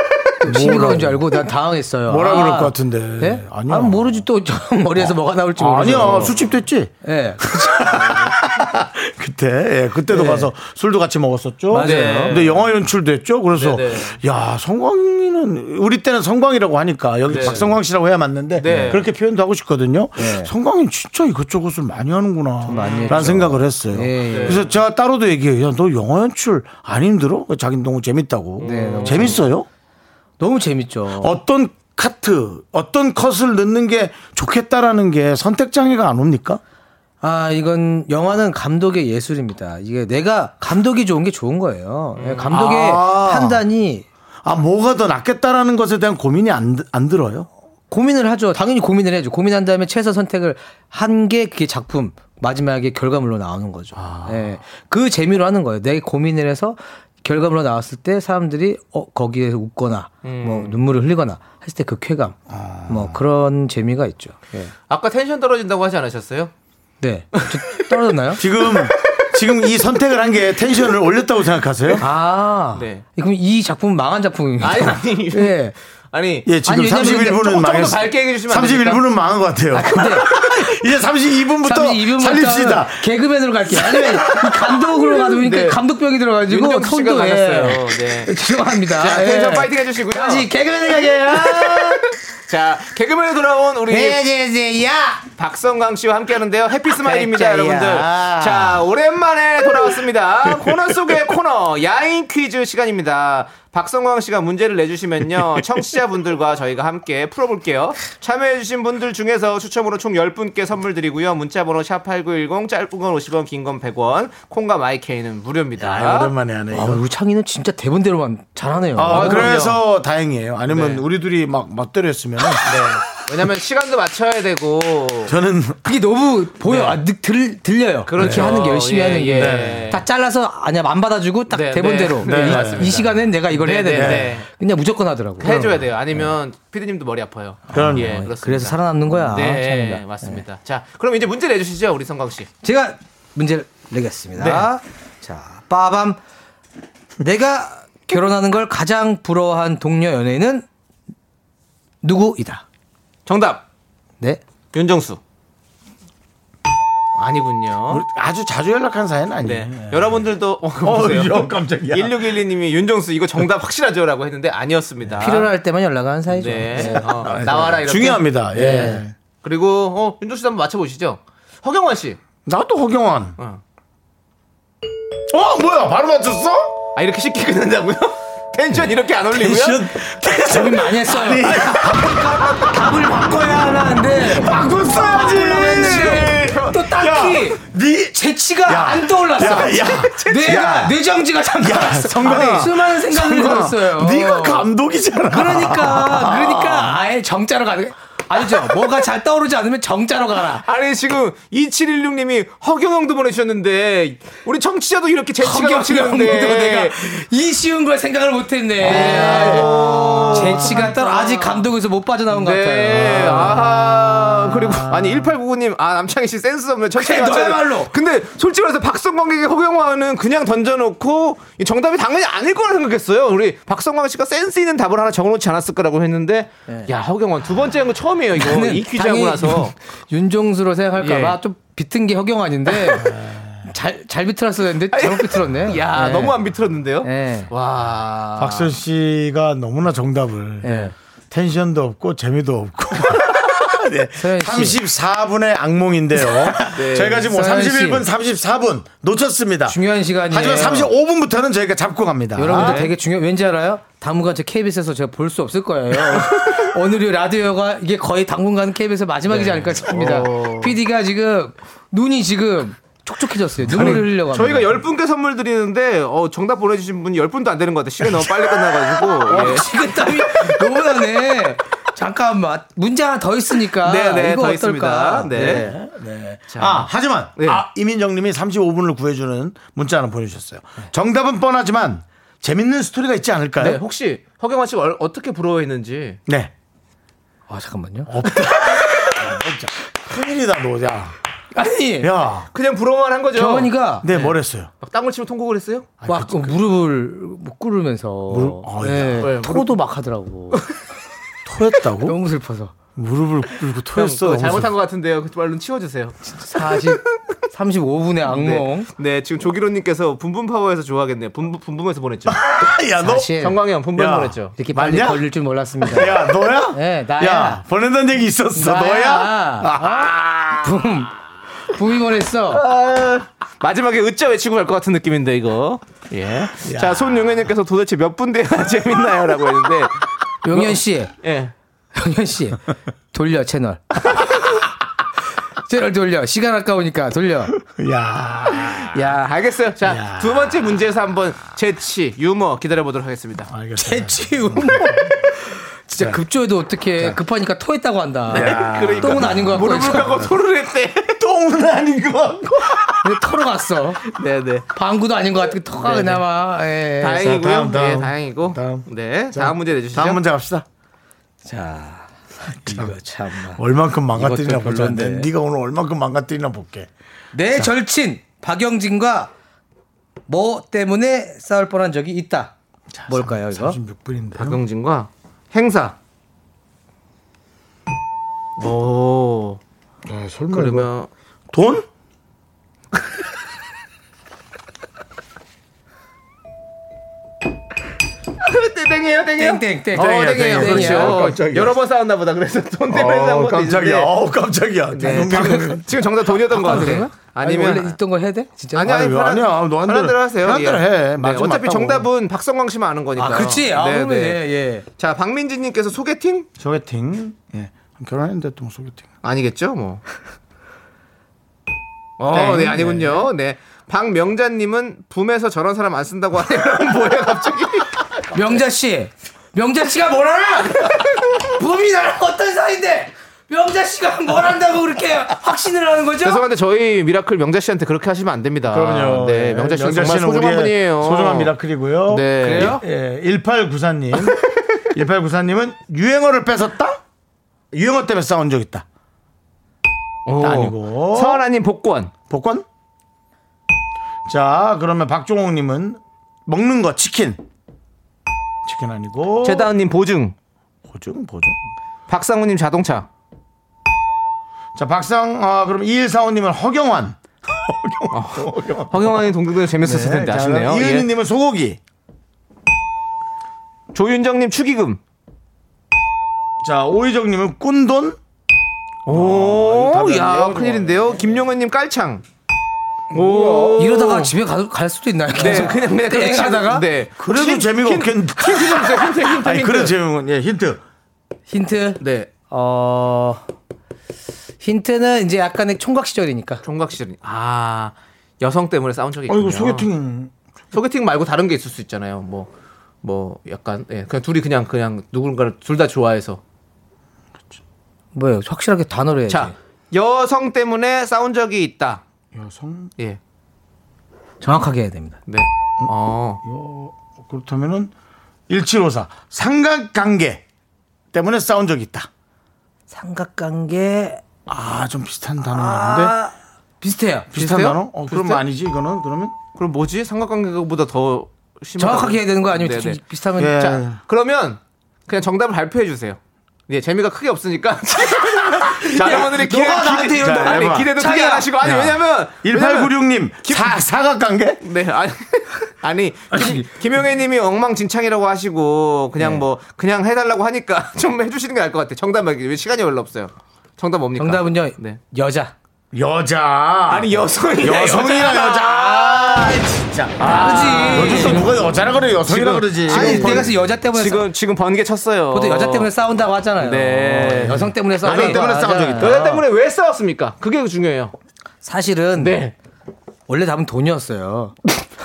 E: 시비가 온줄 알고 난 당황했어요.
A: 뭐라
E: 아,
A: 그럴 것 같은데.
E: 예?
A: 아니요. 어.
E: 아, 모르지 또 저 머리에서 뭐가 나올지 모르죠.
A: 아니야, 술집됐지?
E: 예.
A: 그때 예, 그때도 가서 술도 같이 먹었었죠.
E: 맞아요.
A: 네. 근데 영화 연출도 했죠. 그래서
B: 네,
A: 야 성광이는 우리 때는 성광이라고 하니까 여기 박성광 씨라고 해야 맞는데
B: 네.
A: 그렇게 표현도 하고 싶거든요. 성광이 진짜 이것저것을 네. 많이 하는구나.
E: 많이 했죠.
A: 라는 생각을 했어요.
E: 예, 예.
A: 그래서 제가 따로도 얘기해요. 야, 너 영화 연출 안 힘들어? 자기 네, 너무 재밌다고. 재밌어요?
E: 너무 재밌죠.
A: 어떤 카트, 어떤 컷을 넣는 게 좋겠다라는 게 선택 장애가 안 옵니까?
E: 아, 이건 영화는 감독의 예술입니다. 이게 내가 감독이 좋은 게 좋은 거예요. 예, 감독의
A: 아.
E: 판단이
A: 아 뭐가 더 낫겠다라는 것에 대한 고민이 안, 안 들어요.
E: 고민을 하죠. 당연히 고민을 해죠. 고민한 다음에 최소 선택을 한 게 그게 작품 마지막에 결과물로 나오는 거죠. 예. 그 재미로 하는 거예요. 내 고민을 해서 결과물로 나왔을 때 사람들이 어 거기에 웃거나 뭐 눈물을 흘리거나 했을 때 그 쾌감 뭐 그런 재미가 있죠. 예.
B: 아까 텐션 떨어진다고 하지 않으셨어요?
E: 네. 저 떨어졌나요?
A: 지금 지금 이 선택을 한 게 텐션을 올렸다고 생각하세요?
E: 아.
B: 네.
E: 그럼 이 작품은 망한 작품입니다.
B: 아니 아니
E: 예.
B: 아니
A: 예, 지금
E: 아니, 왜냐면 이제
A: 31분은
E: 조금
B: 더
A: 망했어.
B: 밝게 얘기해 주시면 안
A: 31분은 망한 것 같아요.
E: 근데
A: 이제 32분부터
E: 32분부터
A: 살립시다.
E: 개그맨으로 갈게요. 아니면 이 감독으로 가다 보니까
B: 네.
E: 감독병이 들어가지고
B: 윤정수 씨가
E: 톤도 예.
B: 가셨어요. 네.
E: 죄송합니다.
A: 아,
B: 자,
E: 예.
B: 텐션 파이팅 해주시고요.
E: 다시 개그맨으로 갈게요.
B: 자, 개그맨에 돌아온 우리
E: 네, 해주세요.
B: 박성광 씨와 함께하는데요. 해피 스마일입니다,
E: 아, 백자야.
B: 여러분들. 자, 오랜만에 돌아왔습니다. 코너 속의 코너 야인 퀴즈 시간입니다. 박성광 씨가 문제를 내주시면요. 청취자분들과 저희가 함께 풀어볼게요. 참여해주신 분들 중에서 추첨으로 총 10분께 선물 드리고요. 문자번호 샵8910, 짧은 건 50원, 긴 건 100원, 콩과 마이케이는 무료입니다.
A: 아, 오랜만에 하네.
E: 아,
A: 이거.
E: 우리 창이는 진짜 대본대로만 잘하네요.
A: 아,
B: 아,
A: 그래서 다행이에요. 아니면
B: 네.
A: 우리 둘이 막 멋대로 했으면
B: 왜냐면 시간도 맞춰야 되고.
A: 저는
E: 그게 너무 보여. 아, 느, 들, 들려요. 그렇게
B: 네. 그렇죠.
E: 하는 게 열심히
B: 예,
E: 하는 게.
B: 예. 네.
E: 다 잘라서 아니야 안 받아주고 딱
B: 네,
E: 대본대로.
B: 네, 네,
E: 이,
B: 맞습니다.
E: 이 시간엔 내가 이걸
B: 네,
E: 해야
B: 네,
E: 되는데
B: 네.
E: 그냥 무조건 하더라고. 어.
B: 해줘야 돼요. 아니면 피디님도 머리 아파요.
A: 그럼요.
B: 예, 그렇습니다.
E: 네. 그래서 살아남는 거야.
B: 네,
E: 창이가.
B: 맞습니다. 자, 그럼 이제 문제 내주시죠, 우리 성광 씨.
E: 제가 문제를 내겠습니다.
A: 네.
E: 자, 빠밤. 내가 결혼하는 걸 가장 부러워한 동료 연예인은 누구이다.
B: 정답
E: 네.
B: 윤정수. 아니군요.
A: 우리 아주 자주 연락한 사이는 아니에요.
B: 네. 여러분들도 어, 그거
A: 어,
B: 보세요.
A: 야, 깜짝이야.
B: 1612님이 윤정수 이거 정답 확실하죠라고 했는데 아니었습니다.
E: 필요할 때만 연락하는 사이죠.
B: 네. 어, 나와라 이렇게.
A: 중요합니다. 예.
B: 네. 그리고 어, 윤정수 씨도 한번 맞춰 보시죠. 허경환 씨.
A: 나도 허경환.
B: 어.
A: 어 뭐야 바로 맞췄어?
B: 아 이렇게 쉽게 끝난다고요? 텐션 이렇게 안 올리고요?
A: 네. 텐션.
E: 고민 많이 했어요. 답을 바꿔야 하는데
A: 바꿨어야지.
E: 또 딱히
A: 네
E: 재치가 안 떠올랐어.
A: 야, 야,
E: 뇌가
A: 야.
E: 뇌정지가 잠깐.
A: 성관아.
E: 수많은 생각을 해봤어요.
A: 네가 감독이잖아.
E: 그러니까 그러니까 아예 정자로 가는 게 아니죠. 뭐가 잘 떠오르지 않으면 정자로 가라.
B: 아니 지금 2716님이 허경영도 보내주셨는데 우리 청취자도 이렇게 재치가
E: 성격치는 내가
B: 넘치는데
E: 이 쉬운 걸 생각을 못했네. 재치가 따로 아직 감독에서 못 빠져나온 것
B: 아. 네.
E: 같아요.
B: 아 그리고 아니 1899님 아 남창희 씨 센스 없네 천천히
E: 그래,
B: 맞춰야 돼.
E: 너야말로.
B: 근데 솔직히 말해서 박성광에게 허경환은 그냥 던져놓고 이 정답이 당연히 아닐 거라 생각했어요 우리 박성광 씨가 센스 있는 답을 하나 적어놓지 않았을 거라고 했는데 야 허경환 두 번째 한 거 처음이에요 이거
E: 나는
B: 이 퀴즈 하고
E: 당연히
B: 나서
E: 윤종수로 생각할까봐
B: 예. 아.
E: 좀 비튼 게 허경환인데 잘 잘 비틀었어야 했는데 잘못 비틀었네.
B: 야
E: 예.
B: 너무 안 비틀었는데요
E: 예.
B: 와
A: 박선 씨가 너무나 정답을
E: 예.
A: 텐션도 없고 재미도 없고. 네.
E: 서현 씨.
A: 34분의 악몽인데요. 저희가 지금 뭐
E: 서현 씨.
A: 31분, 34분 놓쳤습니다.
E: 중요한 시간이에요.
A: 하지만 35분부터는 저희가 잡고 갑니다.
E: 여러분들
B: 네.
A: 아,
E: 되게 중요 왠지 알아요? 당분간 저 KBS에서 제가 볼 수 없을 거예요. 오늘 이 라디오가 이게 거의 당분간 KBS
B: 네.
E: 마지막이지 않을까 싶습니다.
B: 어.
E: PD가 지금 눈이 지금 촉촉해졌어요. 눈물을 흘려고 합니다.
B: 저희가 10분께 선물 드리는데 어, 정답 보내주신 분이 10분도 안 되는 것 같아요 시간이 너무 빨리
A: 어,
B: 끝나가지고 예.
E: 네, 식은땀이 너무나네. 잠깐만 문제 하나 더 있으니까
B: 네, 네, 더
E: 이거 어떨까?
B: 있습니다. 네.
A: 아, 하지만
B: 네.
A: 아, 이민정 님이 35분을 구해주는 문자 하나 보내주셨어요. 정답은 뻔하지만 재밌는 스토리가 있지 않을까요?
B: 네, 혹시 허경환 씨가 얼- 어떻게 부러워했는지
A: 네.
E: 아 잠깐만요.
B: 어.
A: 큰일이다, 너. 야.
E: 아니
A: 야.
B: 그냥 부러워만 한 거죠.
E: 경원이가
A: 네, 뭘 했어요?
B: 막 땅을 치면 통곡을 했어요?
E: 막
B: 그-
E: 무릎을 못 꿇으면서
A: 아,
E: 네,
B: 네,
E: 토도 막 하더라고.
B: 어?
A: 토했다고?
E: 너무 슬퍼서
A: 무릎을 꿇고 토했어.
B: 그거 잘못한 것 같은데요. 그 말로 치워주세요.
E: 40 35분의 악몽.
B: 네, 네, 지금 조기로님께서 분분 파워에서 좋아하겠네요. 분분 분분에서 보냈죠.
A: 야, 너.
E: 사실
B: 네. 정광이 형 분분
A: 야.
B: 보냈죠.
E: 이렇게 빨리
A: 맞냐?
E: 걸릴 줄 몰랐습니다.
A: 야, 너야?
E: 네, 나야.
A: 야, 보낸다는 얘기 있었어.
E: 나야.
A: 너야? 아,
E: 붐. 붐이 보냈어.
B: 아, 마지막에 으짜 외치고 갈 것 같은 느낌인데 이거. 예. 자, 손용현님께서 도대체 몇 분 돼야 재밌나요?라고 했는데,
E: 용현 씨,
B: 예.
E: 용현 씨 돌려 채널. 채널 돌려. 시간 아까우니까 돌려.
A: 야,
B: 야, 알겠어요. 자, 두 번째 문제에서 한번 재치, 유머 기다려보도록 하겠습니다.
A: 알겠습니다.
E: 대치 우모. 진짜 급조해도 어떻게 급하니까 토했다고 한다.
B: 그러니까
E: 똥은 아닌 것 같고
B: 무릎을 깎고 토를 했대.
A: 똥은 아닌 것 같고.
E: 근데 토로 갔어.
B: 네네.
E: 방구도 아닌 것 같고 토가 그나마. 예.
B: 네, 다행이고요.
A: 자, 다음, 다음.
B: 예, 다행이고.
A: 다음.
B: 네, 다음 문제 아, 내주시죠.
A: 다음 문제 갑시다.
E: 자, 이거 참나.
A: 얼만큼 망가뜨리나
E: 이것도
A: 보자는데
E: 별론데.
A: 네가 오늘 얼만큼 망가뜨리나 볼게.
E: 내 절친 박영진과 뭐 때문에 싸울 뻔한 적이 있다. 뭘까요 이거?
A: 36분인데.
B: 박영진과 행사. 오. 아,
A: 설마
B: 네, 그러면
A: 돈?
B: 땡땡이에요, 땡이요.
E: 땡땡땡.
B: 어,
A: 땡이에요,
B: 땡이에요.
A: 땡이에요. 아,
B: 그렇죠.
A: 깜짝이야.
B: 여러 번 싸웠나 보다. 그래서 돈 때문에 싸운
A: 어,
B: 것도
A: 깜짝이야.
B: 있는데. 네,
A: 어, 깜짝이야.
B: 방금 지금 정답 돈이었던 것 같아요.
E: 아니면 원래
B: 아니면
E: 있던 걸 해야 돼? 진짜?
B: 아니
A: 아니,
B: 아니 편한,
A: 아니야. 너한 대로-
B: 편한 대로 하세요.
A: 편한 대로 해.
B: 네,
A: 맞으면
B: 어차피
A: 맞다고.
B: 정답은 박성광 씨만 아는 거니까.
E: 아, 그렇지. 아,
B: 네,
E: 그러면
B: 네.
E: 예, 예.
B: 자 박민지님께서 소개팅
A: 소개팅. 예. 결혼했는데 또 소개팅.
B: 아니겠죠, 뭐. 어, 네, 아니군요. 네. 박명자님은 붐에서 저런 사람 안 쓴다고 하네요. 뭐야, 갑자기.
E: 명자 씨, 명자 씨가 뭘 알아? 붐이 나랑 어떤 사이인데 명자 씨가 뭘 안다고 그렇게 확신을 하는 거죠?
B: 죄송한데, 저희 미라클 명자씨한테 그렇게 하시면 안 됩니다.
A: 그럼요.
B: 네,
A: 예.
B: 명자씨는
A: 명자
B: 정말
A: 씨는
B: 소중한
A: 우리의
B: 분이에요.
A: 소중한 미라클이고요.
B: 네.
E: 그래요?
A: 예, 1894님. 1894님은 유행어를 뺏었다? 유행어 때문에 싸운 적 있다.
B: 오.
A: 아니고.
B: 어. 서하나님 복권.
A: 복권? 자, 그러면 박종옥님은 먹는 거 치킨. 치킨 아니고.
B: 최다은님 보증.
A: 보증 보증.
B: 박상우님 자동차.
A: 자, 박상, 아, 그럼 2145님은 허경환.
B: 허경환이 동등도 재밌었을 텐데
A: 자,
B: 어? 아쉽네요. 예.
A: 이은희님은 소고기.
B: 조윤정님 축의금.
A: 자, 오희정님은 꾼돈.
B: 오,
A: 답이
B: 야,
A: 아니에요,
B: 큰일인데요. 김용현님 깔창.
E: 이러다가 집에 가, 갈 수도 있나요?
B: 네, 그냥 그냥 그렇게
E: 하다가
B: 네.
A: 그래도 재미가 없겠는데. 아니, 그래도 재미가 없- 예, 힌트.
E: 힌트.
B: 네.
E: 어 힌트는 이제 약간의 총각 시절이니까.
B: 종각 시절. 아, 여성 때문에 싸운 적이 있군요.
A: 아이고, 소개팅.
B: 소개팅 말고 다른 게 있을 수 있잖아요. 뭐, 뭐, 약간, 예, 그냥 둘이 그냥, 그냥 누군가를 둘 다 좋아해서.
E: 뭐예요? 확실하게 단어로 해야지.
B: 자, 여성 때문에 싸운 적이 있다.
A: 아,
B: 여성? 예.
E: 정확하게 해야 됩니다.
B: 네.
A: 음?
B: 어,
A: 그렇다면은 1754. 삼각관계 때문에 싸운 적이 있다.
E: 삼각관계
A: 아, 좀 비슷한 단어인데.
E: 비슷해요.
A: 비슷한
B: 비슷해요?
A: 단어? 어, 그럼
B: 비슷해요?
A: 아니지, 이거는. 그러면?
B: 그럼 뭐지? 삼각관계보다 더 심하다.
E: 정확하게 해야 되는 거 아니면
B: 네네.
E: 좀 비슷하면
A: 예.
E: 자,
B: 자, 그러면 그냥 정답을 발표해 주세요. 예, 재미가 크게 없으니까. 자, 여러분들이 기대,
A: 너가 나한테
B: 기대,
A: 이런다고
B: 아니,
A: 해봐.
B: 기대도 크게 안 하시고. 아니, 왜냐면.
A: 1896님. 사, 사각관계?
B: 네, 아니. 아니, 김, 김용혜 님이 엉망진창이라고 하시고, 그냥
E: 네.
B: 뭐, 그냥 해달라고 하니까 좀 해주시는 게 나을 것 같아요. 정답 말기. 왜 시간이 별로 없어요? 정답 뭡니까?
E: 정답은요.
B: 네.
E: 여자.
A: 여자.
B: 아니, 여성이.
A: 여성이라 여자. 아이, 진짜. 요즘 또 누가 여자라 그래, 여성이라 그러지.
E: 지금
A: 아니,
E: 아니, 내가 여자 때문에
B: 지금, 지금 번개 쳤어요.
E: 보통 여자 때문에 싸운다고 하잖아요. 어,
B: 네.
E: 여성 때문에 싸운다.
A: 여성 때문에 싸운 적 있다.
B: 여자 때문에 왜 싸웠습니까? 그게 중요해요.
E: 사실은
B: 네.
E: 원래 답은 돈이었어요.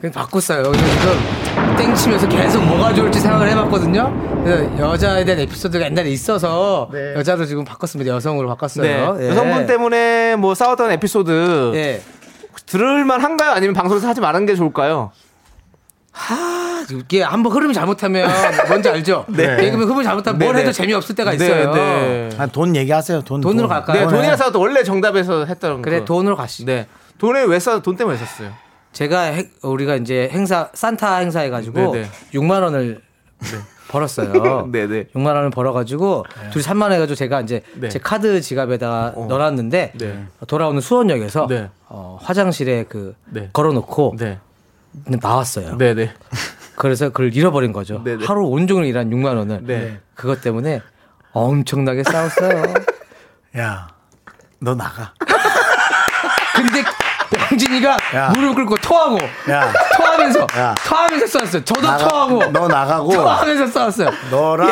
E: 그냥 바꿨어요. 그래서 지금 땡치면서 계속 뭐가 좋을지 생각을 해봤거든요. 그래서 여자에 대한 에피소드가 옛날에 있어서
A: 네.
E: 여자로 지금 바꿨습니다. 여성으로 바꿨어요.
B: 네.
E: 예.
B: 여성분 때문에 뭐 싸웠던 에피소드
E: 예.
B: 들을만 한가요? 아니면 방송에서 하지 말은 게 좋을까요?
E: 이게 한번 흐름이 잘못하면 뭔지 알죠?
A: 네.
E: 개그맨 흐름이 잘못하면 뭘
B: 네, 네.
E: 해도 재미없을 때가 있어요.
B: 네, 네.
A: 아, 돈 얘기하세요, 돈.
E: 돈으로
A: 돈.
E: 갈까요?
B: 네, 돈이라 싸도 원래 정답에서 했던
E: 그래
B: 그.
E: 돈으로 가시죠.
B: 네. 돈에 왜 싸? 돈 때문에 왜 샀어요?
E: 제가 해- 우리가 이제 행사 산타 행사 해가지고
B: 네, 네.
E: 6만 원을 네, 벌었어요.
B: 네, 네.
E: 6만 원을 벌어가지고 둘이 3만 원 해가지고 제가 이제
B: 네.
E: 제 카드 지갑에다가 넣어놨는데
B: 네.
E: 돌아오는 수원역에서
B: 네.
E: 어, 화장실에 그
B: 네.
E: 걸어놓고
B: 네.
E: 나왔어요.
B: 네, 네.
E: 그래서 그걸 잃어버린 거죠.
B: 네, 네.
E: 하루 온종일 일한 6만 원을
B: 네.
E: 그것 때문에 엄청나게 싸웠어요.
A: 야, 너 나가.
E: 근데 양진이가
A: 야.
E: 무릎 꿇고 토하고
A: 야.
E: 토하면서
A: 야.
E: 토하면서 싸웠어요. 저도
A: 나가-
E: 토하고
A: 너 나가고.
E: 토하면서 싸웠어요.
A: 너랑.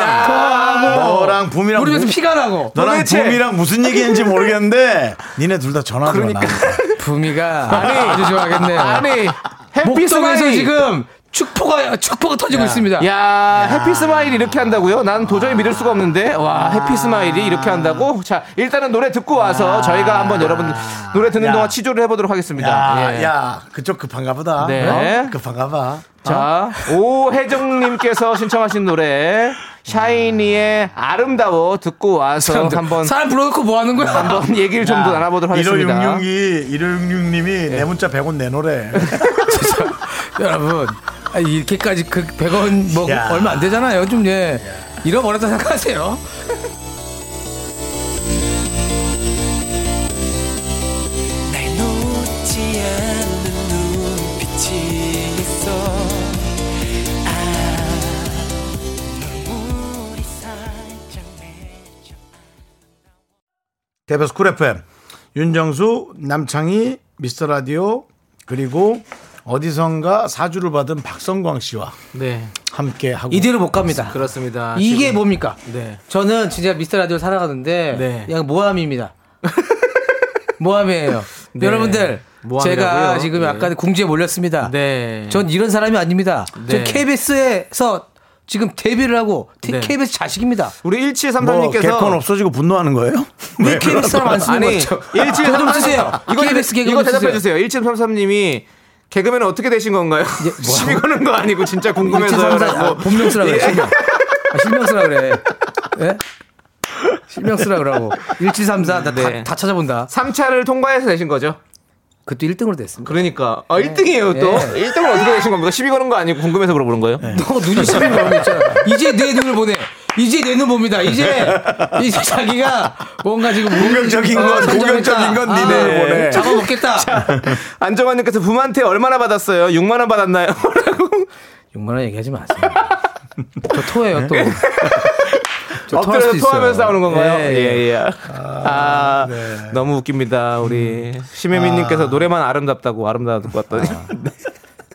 A: 너랑 붐이랑.
E: 무릎에서
A: 무-
E: 피가 나고
A: 뭐, 너랑 뭐?
B: 도대체.
A: 붐이랑 무슨 얘기했는지 모르겠는데, 그러니까. 니네 둘 다 전화 들어, 나.
E: 부미가 아주 좋아하겠네요.
B: 아니, 해피
E: 예. 목동에서
B: 스마일.
E: 지금 축포가 축포가 터지고 있습니다.
B: 야, 해피 스마일이 이렇게 한다고요? 난 도저히 믿을 수가 없는데. 와, 해피 스마일이 이렇게 한다고? 자, 일단은 노래 듣고 와서 저희가 한번 여러분들 노래 듣는
A: 야.
B: 동안 치조를 해 보도록 하겠습니다.
A: 야,
B: 예.
A: 야, 그쪽 급한가 보다.
B: 네.
A: 어? 급한가 봐.
B: 자, 오혜정님께서 신청하신 노래, 샤이니의 아름다워 듣고 와서 한번,
E: 네. 사람 불러놓고 뭐 하는 거야?
B: 한번 얘기를 좀 더 나눠보도록 하겠습니다. 예.
A: 1566이, 1566님이 내 문자 100원 내놓으래.
E: 여러분 아니, 이렇게까지 그 100원 뭐
A: 야.
E: 얼마 안 되잖아요. 좀 예. 잃어버렸다 생각하세요.
G: 날 놓지 않는 눈빛이 있어 아 우리 살짝 맺혀
A: 대표스 쿨 FM 윤정수 남창희 미스터 라디오 그리고 어디선가 사주를 받은 박성광 씨와
B: 네,
A: 함께 하고
E: 이대로 못 갑니다.
B: 그렇습니다.
E: 이게 뭐- 뭡니까?
B: 네.
E: 저는 진짜 미스터 라디오 살아가는데
B: 네.
E: 그냥 모함입니다. 모함이에요.
B: 네.
E: 여러분들
B: 모함이라고요?
E: 제가 지금
B: 네.
E: 약간 궁지에 몰렸습니다.
B: 네.
E: 전 이런 사람이 아닙니다.
B: 네.
E: 전 KBS에서 지금 데뷔를 하고
B: 네.
E: KBS 자식입니다.
B: 우리
A: 뭐
B: 1733님께서. 네.
A: 개콘 없어지고 분노하는 거예요?
E: 왜 KBS 사람 안 쓰는
B: 아니,
E: 거죠?
B: 1733.
E: 저좀 쓰세요.
B: 이거,
E: KBS 개그
B: 이거
E: 좀 쓰세요.
B: 대답해주세요. 1733님이. 개그맨은 어떻게 되신 건가요? 시비 거는 거 아니고 진짜
E: 아,
B: 궁금해서라고.
E: 본명 쓰라
B: 예.
E: 그래. 실명. 아, 실명 쓰라 그래. 예? 실명 쓰라 그러고. 1734. 나
B: 네.
E: 다, 다 찾아본다.
B: 3차를 통과해서 되신 거죠?
E: 그것도 1등으로 됐습니다.
B: 그러니까. 아, 1등이에요, 또.
E: 네.
B: 1등은 어떻게 되신 겁니까? 시비 거는 거 아니고 궁금해서 물어보는 거예요?
E: 너 눈이 심한 거 있잖아. 이제 내 눈을 보내. 이제 내는 봅니다. 이제 이제 자기가 뭔가 지금
I: 공격적인 건,
E: 어,
I: 공격적인 건 니네 보네.
E: 잡아먹겠다.
B: 안정환님께서 부모한테 얼마나 받았어요? 6만 원 받았나요? 라고.
E: 6만 원 얘기하지 마세요. 저 토해요 또. 저 토할
B: 엎드려서
E: 수도 있어요.
B: 토하면서 싸우는 건가요?
E: 예,
B: 예,
E: 예.
B: 예. 아, 너무 웃깁니다. 우리 심혜민님께서 노래만 아름답다고 음. 아. 아름다운 것 같더니.
E: 네.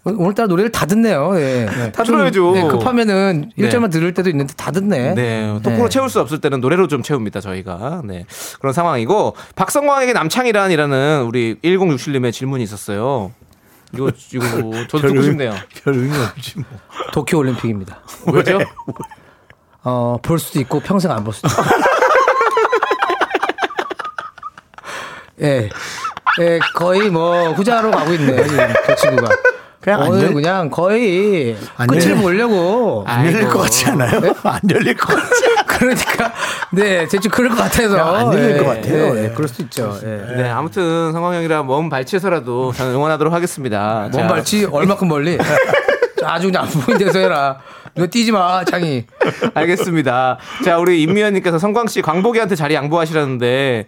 E: 오늘따라 노래를 다 듣네요. 예.
B: 다
E: 좀,
B: 들어야죠.
E: 네, 급하면은
B: 네.
E: 일절만 들을 때도 있는데 다 듣네.
B: 네, 토크로
E: 네.
B: 채울 수 없을 때는 노래로 좀 채웁니다, 저희가. 네. 그런 상황이고, 박성광에게 남창이란이라는 우리 1067님의 질문이 있었어요. 이거, 이거 뭐, 저도 듣고 싶네요.
A: 별 의미 없지 뭐.
E: 도쿄 올림픽입니다.
B: 왜죠?
E: 어, 볼 수도 있고 평생 안 볼 수도 있고. 예. 예, 거의 뭐 후자로 가고 있네요, 지금 그 친구가.
A: 그냥 안
E: 오늘
A: 될-
E: 그냥 거의
A: 안
E: 끝을
A: 될-
E: 보려고.
A: 안 열릴 것 같지 않아요?
B: 네?
A: 안 열릴 것 같지.
E: 그러니까 네, 대충 그럴 것 같아서.
A: 그냥 안 열릴
E: 예,
A: 것 같아요.
E: 예,
A: 예.
E: 그럴 수도 있죠. 예.
B: 네, 아무튼 성광형이랑 먼 발치에서라도 저는 응원하도록 하겠습니다.
E: 뭔
B: 자,
E: 발치 얼마큼 멀리? 아주 그냥 안 보인 데서 해라. 너 뛰지 마, 장이.
B: 알겠습니다. 자, 우리 임미연님께서 성광 씨 광복이한테 자리 양보하시라는데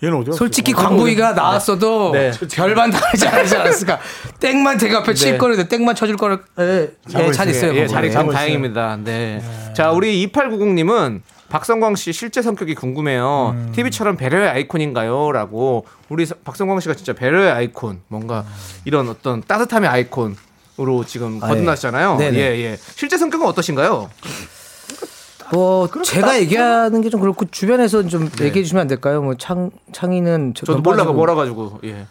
A: 얘는 어디?
E: 솔직히 광고위가 나왔어도
B: 네.
E: 별반 다르지 않지 않았을까. 땡만 제가 앞에 칠 거를 땡만 쳐줄 거를 네. 예, 예, 잘 있어요.
B: 예,
E: 광고위.
B: 자리 참 다행입니다. 네. 자, 우리 2890님은 박성광 씨 실제 성격이 궁금해요.
E: 음.
B: TV처럼 배려의 아이콘인가요? 라고 우리 서- 박성광 씨가 진짜 배려의 아이콘, 뭔가 이런 어떤 따뜻함의 아이콘으로 지금
E: 아,
B: 거듭나시잖아요.
E: 예. 네네.
B: 예, 예. 실제 성격은 어떠신가요? 아,
E: 뭐 제가 얘기하는 게 좀 그렇고 주변에서 좀 얘기해 주시면 안 될까요? 뭐 창 창이는 저-
B: 네. 저도
E: 좀
B: 몰라가
E: 빠지고.
B: 몰라 가지고. 예.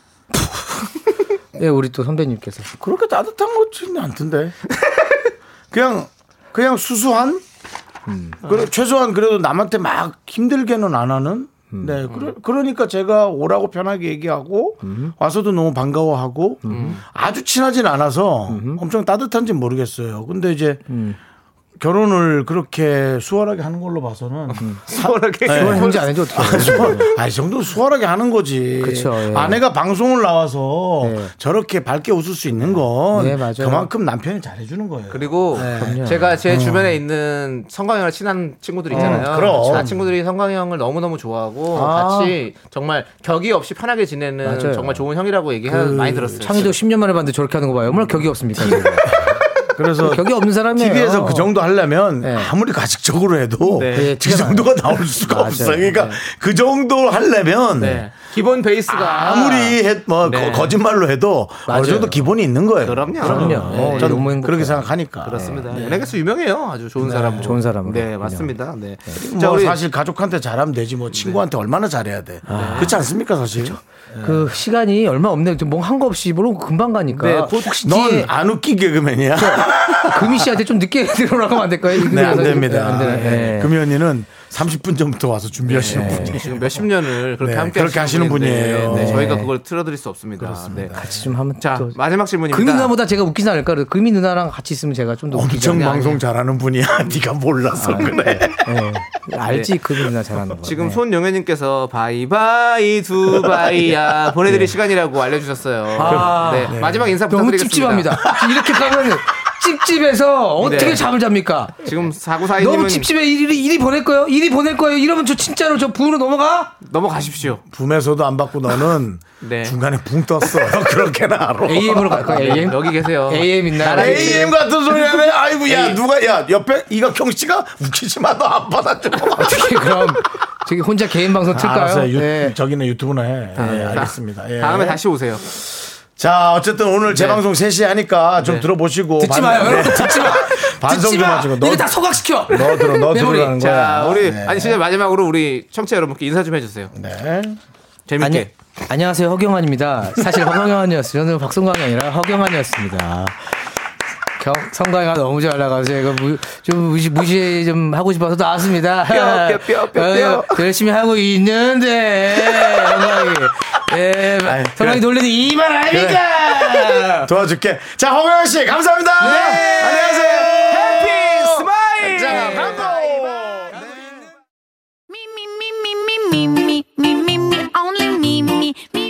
E: 예, 우리 또 선배님께서
A: 그렇게 따뜻한 것지는 않던데. 그냥 그냥 수수한. 음. 그래, 최소한 그래도 남한테 막 힘들게는 안 하는.
B: 음.
A: 네, 그러, 그러니까 제가 오라고 편하게 얘기하고
B: 음.
A: 와서도 너무 반가워하고 아주 친하진 않아서
B: 음.
A: 엄청 따뜻한지 는 모르겠어요. 근데 이제 결혼을 그렇게 수월하게 하는 걸로 봐서는
B: 음.
A: 네.
B: 수월하게.
E: 그걸 했는지 안 했는지 어떻게 알아요?
A: 아이 정도 수월하게 하는 거지.
E: 그쵸, 예.
A: 아내가 방송을 나와서
E: 예.
A: 저렇게 밝게 웃을 수 있는 건
E: 네, 맞아요.
A: 그만큼 남편이 잘해주는 거예요.
B: 그리고
A: 네.
B: 제가 제
E: 어.
B: 주변에 있는 성광형을 친한 친구들 있잖아요.
A: 어, 그럼.
B: 그 친구들이 성광형을 너무너무 좋아하고
A: 아.
B: 같이 정말 격이 없이 편하게 지내는
E: 맞아요.
B: 정말 좋은 형이라고 얘기하는 많이 들었어요.
E: 창이도 10년 만에 봤는데 저렇게 하는 거 봐요. 얼마나 격이 없습니까? 이거.
A: 그래서
E: 격이 없는 사람이에요.
A: TV에서 그 정도 하려면
E: 네.
A: 아무리 가식적으로 해도
E: 네,
A: 그 정도가 나올 수가
E: 맞아요.
A: 없어요. 그러니까
E: 네.
A: 그 정도 하려면
B: 네. 기본 베이스가
A: 아무리 해, 뭐
B: 네.
A: 거- 거짓말로 해도
E: 맞아요.
A: 어느 정도 기본이 있는 거예요. 어,
B: 그럼요.
E: 그럼요.
B: 네.
E: 예,
A: 저는
E: 너무 행복해요.
A: 그렇게 생각하니까.
B: 그렇습니다. 연예계에서 유명해요. 아주 좋은 사람.
E: 좋은 사람으로.
B: 네, 맞습니다. 네.
A: 뭐 사실 가족한테 잘하면 되지 뭐 친구한테 얼마나 잘해야 돼.
B: 네.
A: 그렇지 않습니까 사실?
B: 그렇죠.
E: 그 시간이 얼마 없네요. 뭐 뭔한 거 없이 모르고 금방 가니까.
B: 네, 곧
E: 혹시
A: 넌
E: 뒤에
A: 안 웃기 개그맨이야.
E: 네. 금희 씨한테 좀 늦게 들어오라고 하면 안 될까요?
A: 네, 안 됩니다.
E: 안 되나요? 네.
A: 금이 언니는 30분 전부터 와서 준비하시는 분이.
B: 네. 지금 몇십 년을 그렇게
A: 네,
B: 함께
A: 그렇게 하시는
B: 분인데,
A: 분이에요.
B: 네, 저희가
E: 네.
B: 그걸 틀어드릴 수 없습니다. 네.
E: 같이 좀 하면
B: 자,
E: 또-
B: 마지막 질문입니다.
E: 금희 누나보다 제가 웃기지 않을까? 그래서 금희 누나랑 같이 있으면 제가 좀 더 웃기죠.
A: 엄청 어, 방송 잘하는 분이야. 네가 몰라서
E: 아,
A: 그래.
E: 네. 알지 금희 누나 잘하는 거.
B: 지금
E: 네.
B: 손영현님께서 바이바이 두바이야 보내드릴 시간이라고 알려주셨어요.
E: 네. 아,
B: 네, 마지막 인사
E: 너무
B: 부탁드리겠습니다.
E: 찝찝합니다. 지금 이렇게 가면 찝찝해서 어떻게
B: 네.
E: 잠을 잡니까?
B: 지금 사구사이님은
E: 너무 찝찝해. 일이 일이 보낼 거예요. 일이 보낼 거예요. 이러면 저 진짜로 저 부으로 넘어가?
B: 넘어가십시오.
A: 붐에서도 안 받고 너는
B: 네.
A: 중간에 붕 떴어. 너 그렇게나 알아.
E: AM으로 갈 거야. AM.
B: 네, 여기 계세요.
E: AM 있나요?
B: 나라
E: AM.
A: AM 같은 소리 하네. 아이고, 야, 누가, 야, 옆에 이각형 씨가 웃기지 마. 너 안 받아줘.
E: 어떻게 그럼 저기 혼자 개인 방송 틀까요?
A: 알았어요. 유,
E: 네. 아,
A: 저기는 유튜브나 해. 예, 알겠습니다. 예.
B: 다음에 다시 오세요.
A: 자, 어쨌든 오늘 재방송 3시에 하니까 좀
B: 네.
A: 들어보시고.
E: 듣지 마요.
A: 반-
E: 여러분
A: 네.
E: 듣지 마.
A: 반성
E: 듣지
A: 좀
E: 마.
A: 하시고.
E: 이거
A: 너,
E: 다 소각시켜.
A: 너 들어, 너
E: 메모리.
A: 들어라는 거야.
B: 자, 우리
A: 네.
B: 아니 진짜 마지막으로 우리 청취자 여러분께 인사 좀 해주세요.
A: 네.
B: 재밌게.
E: 아니, 안녕하세요 허경환입니다. 사실 허경환이었어요. 저는 박성광이 아니라 허경환이었습니다. 경, 성광이가 너무 잘 나가서 제가 무, 좀 무시, 무시 좀 하고 싶어서 나왔습니다.
B: 뼈, 뼈, 뼈, 뼈.
E: 어, 열심히 하고 있는데 성광이. 예,
A: 아이, 그래.
E: 성광이 놀리는 이말 아닙니까?
A: 도와줄게. 자, 홍영 씨, 감사합니다. 안녕하세요. 네. 해피 스마일. 네. 자, 반가워.
D: me, me, me, me, me, me, me, me, me, only me, me, me.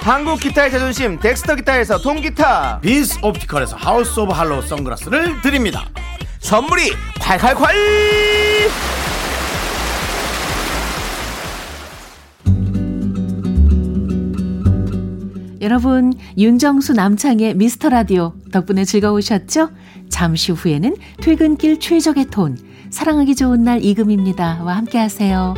B: 한국 기타의 자존심 덱스터 기타에서 통기타.
A: 비스 옵티컬에서 하우스 오브 할로우 선글라스를 드립니다.
B: 선물이 콸콸콸!
J: 여러분, 윤정수 남창의 미스터 라디오 덕분에 즐거우셨죠? 잠시 후에는 퇴근길 최적의 톤, 사랑하기 좋은 날 이금입니다와 함께 하세요.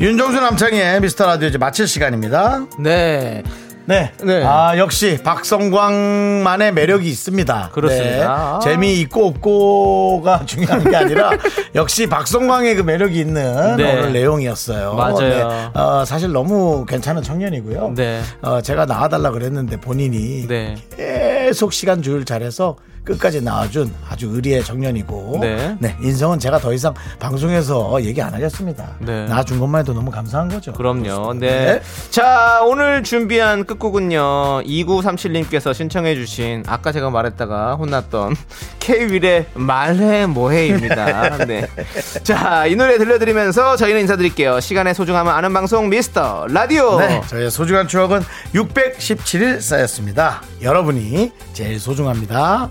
A: 윤정수 남창의 미스터 라디오 이제 마칠 시간입니다.
E: 네.
A: 네.
E: 네.
A: 아, 역시 박성광만의 매력이 있습니다.
E: 그렇습니다. 아.
A: 네. 재미있고 없고가 중요한 게 아니라 역시 박성광의 그 매력이 있는
E: 네.
A: 오늘 내용이었어요.
E: 맞아요.
A: 어, 사실 너무 괜찮은 청년이고요.
E: 네.
A: 어, 제가 나와달라 그랬는데 본인이
E: 네.
A: 계속 시간 조율 잘해서 끝까지 나와준 아주 의리의 청년이고
E: 네.
A: 인성은 제가 더 이상 방송에서 얘기 안 하겠습니다.
B: 네.
A: 나와준 것만 해도 너무 감사한 거죠.
B: 그럼요. 네. 자, 오늘 준비한 끝곡은요. 2937님께서 신청해주신 아까 제가 말했다가 혼났던 K-윌의 말해 뭐해입니다. 네. 자, 이 노래 들려드리면서 저희는 인사드릴게요. 시간의 소중함을 아는 방송 미스터 라디오.
A: 네, 저희의 소중한 추억은 617일 쌓였습니다. 여러분이 제일 소중합니다.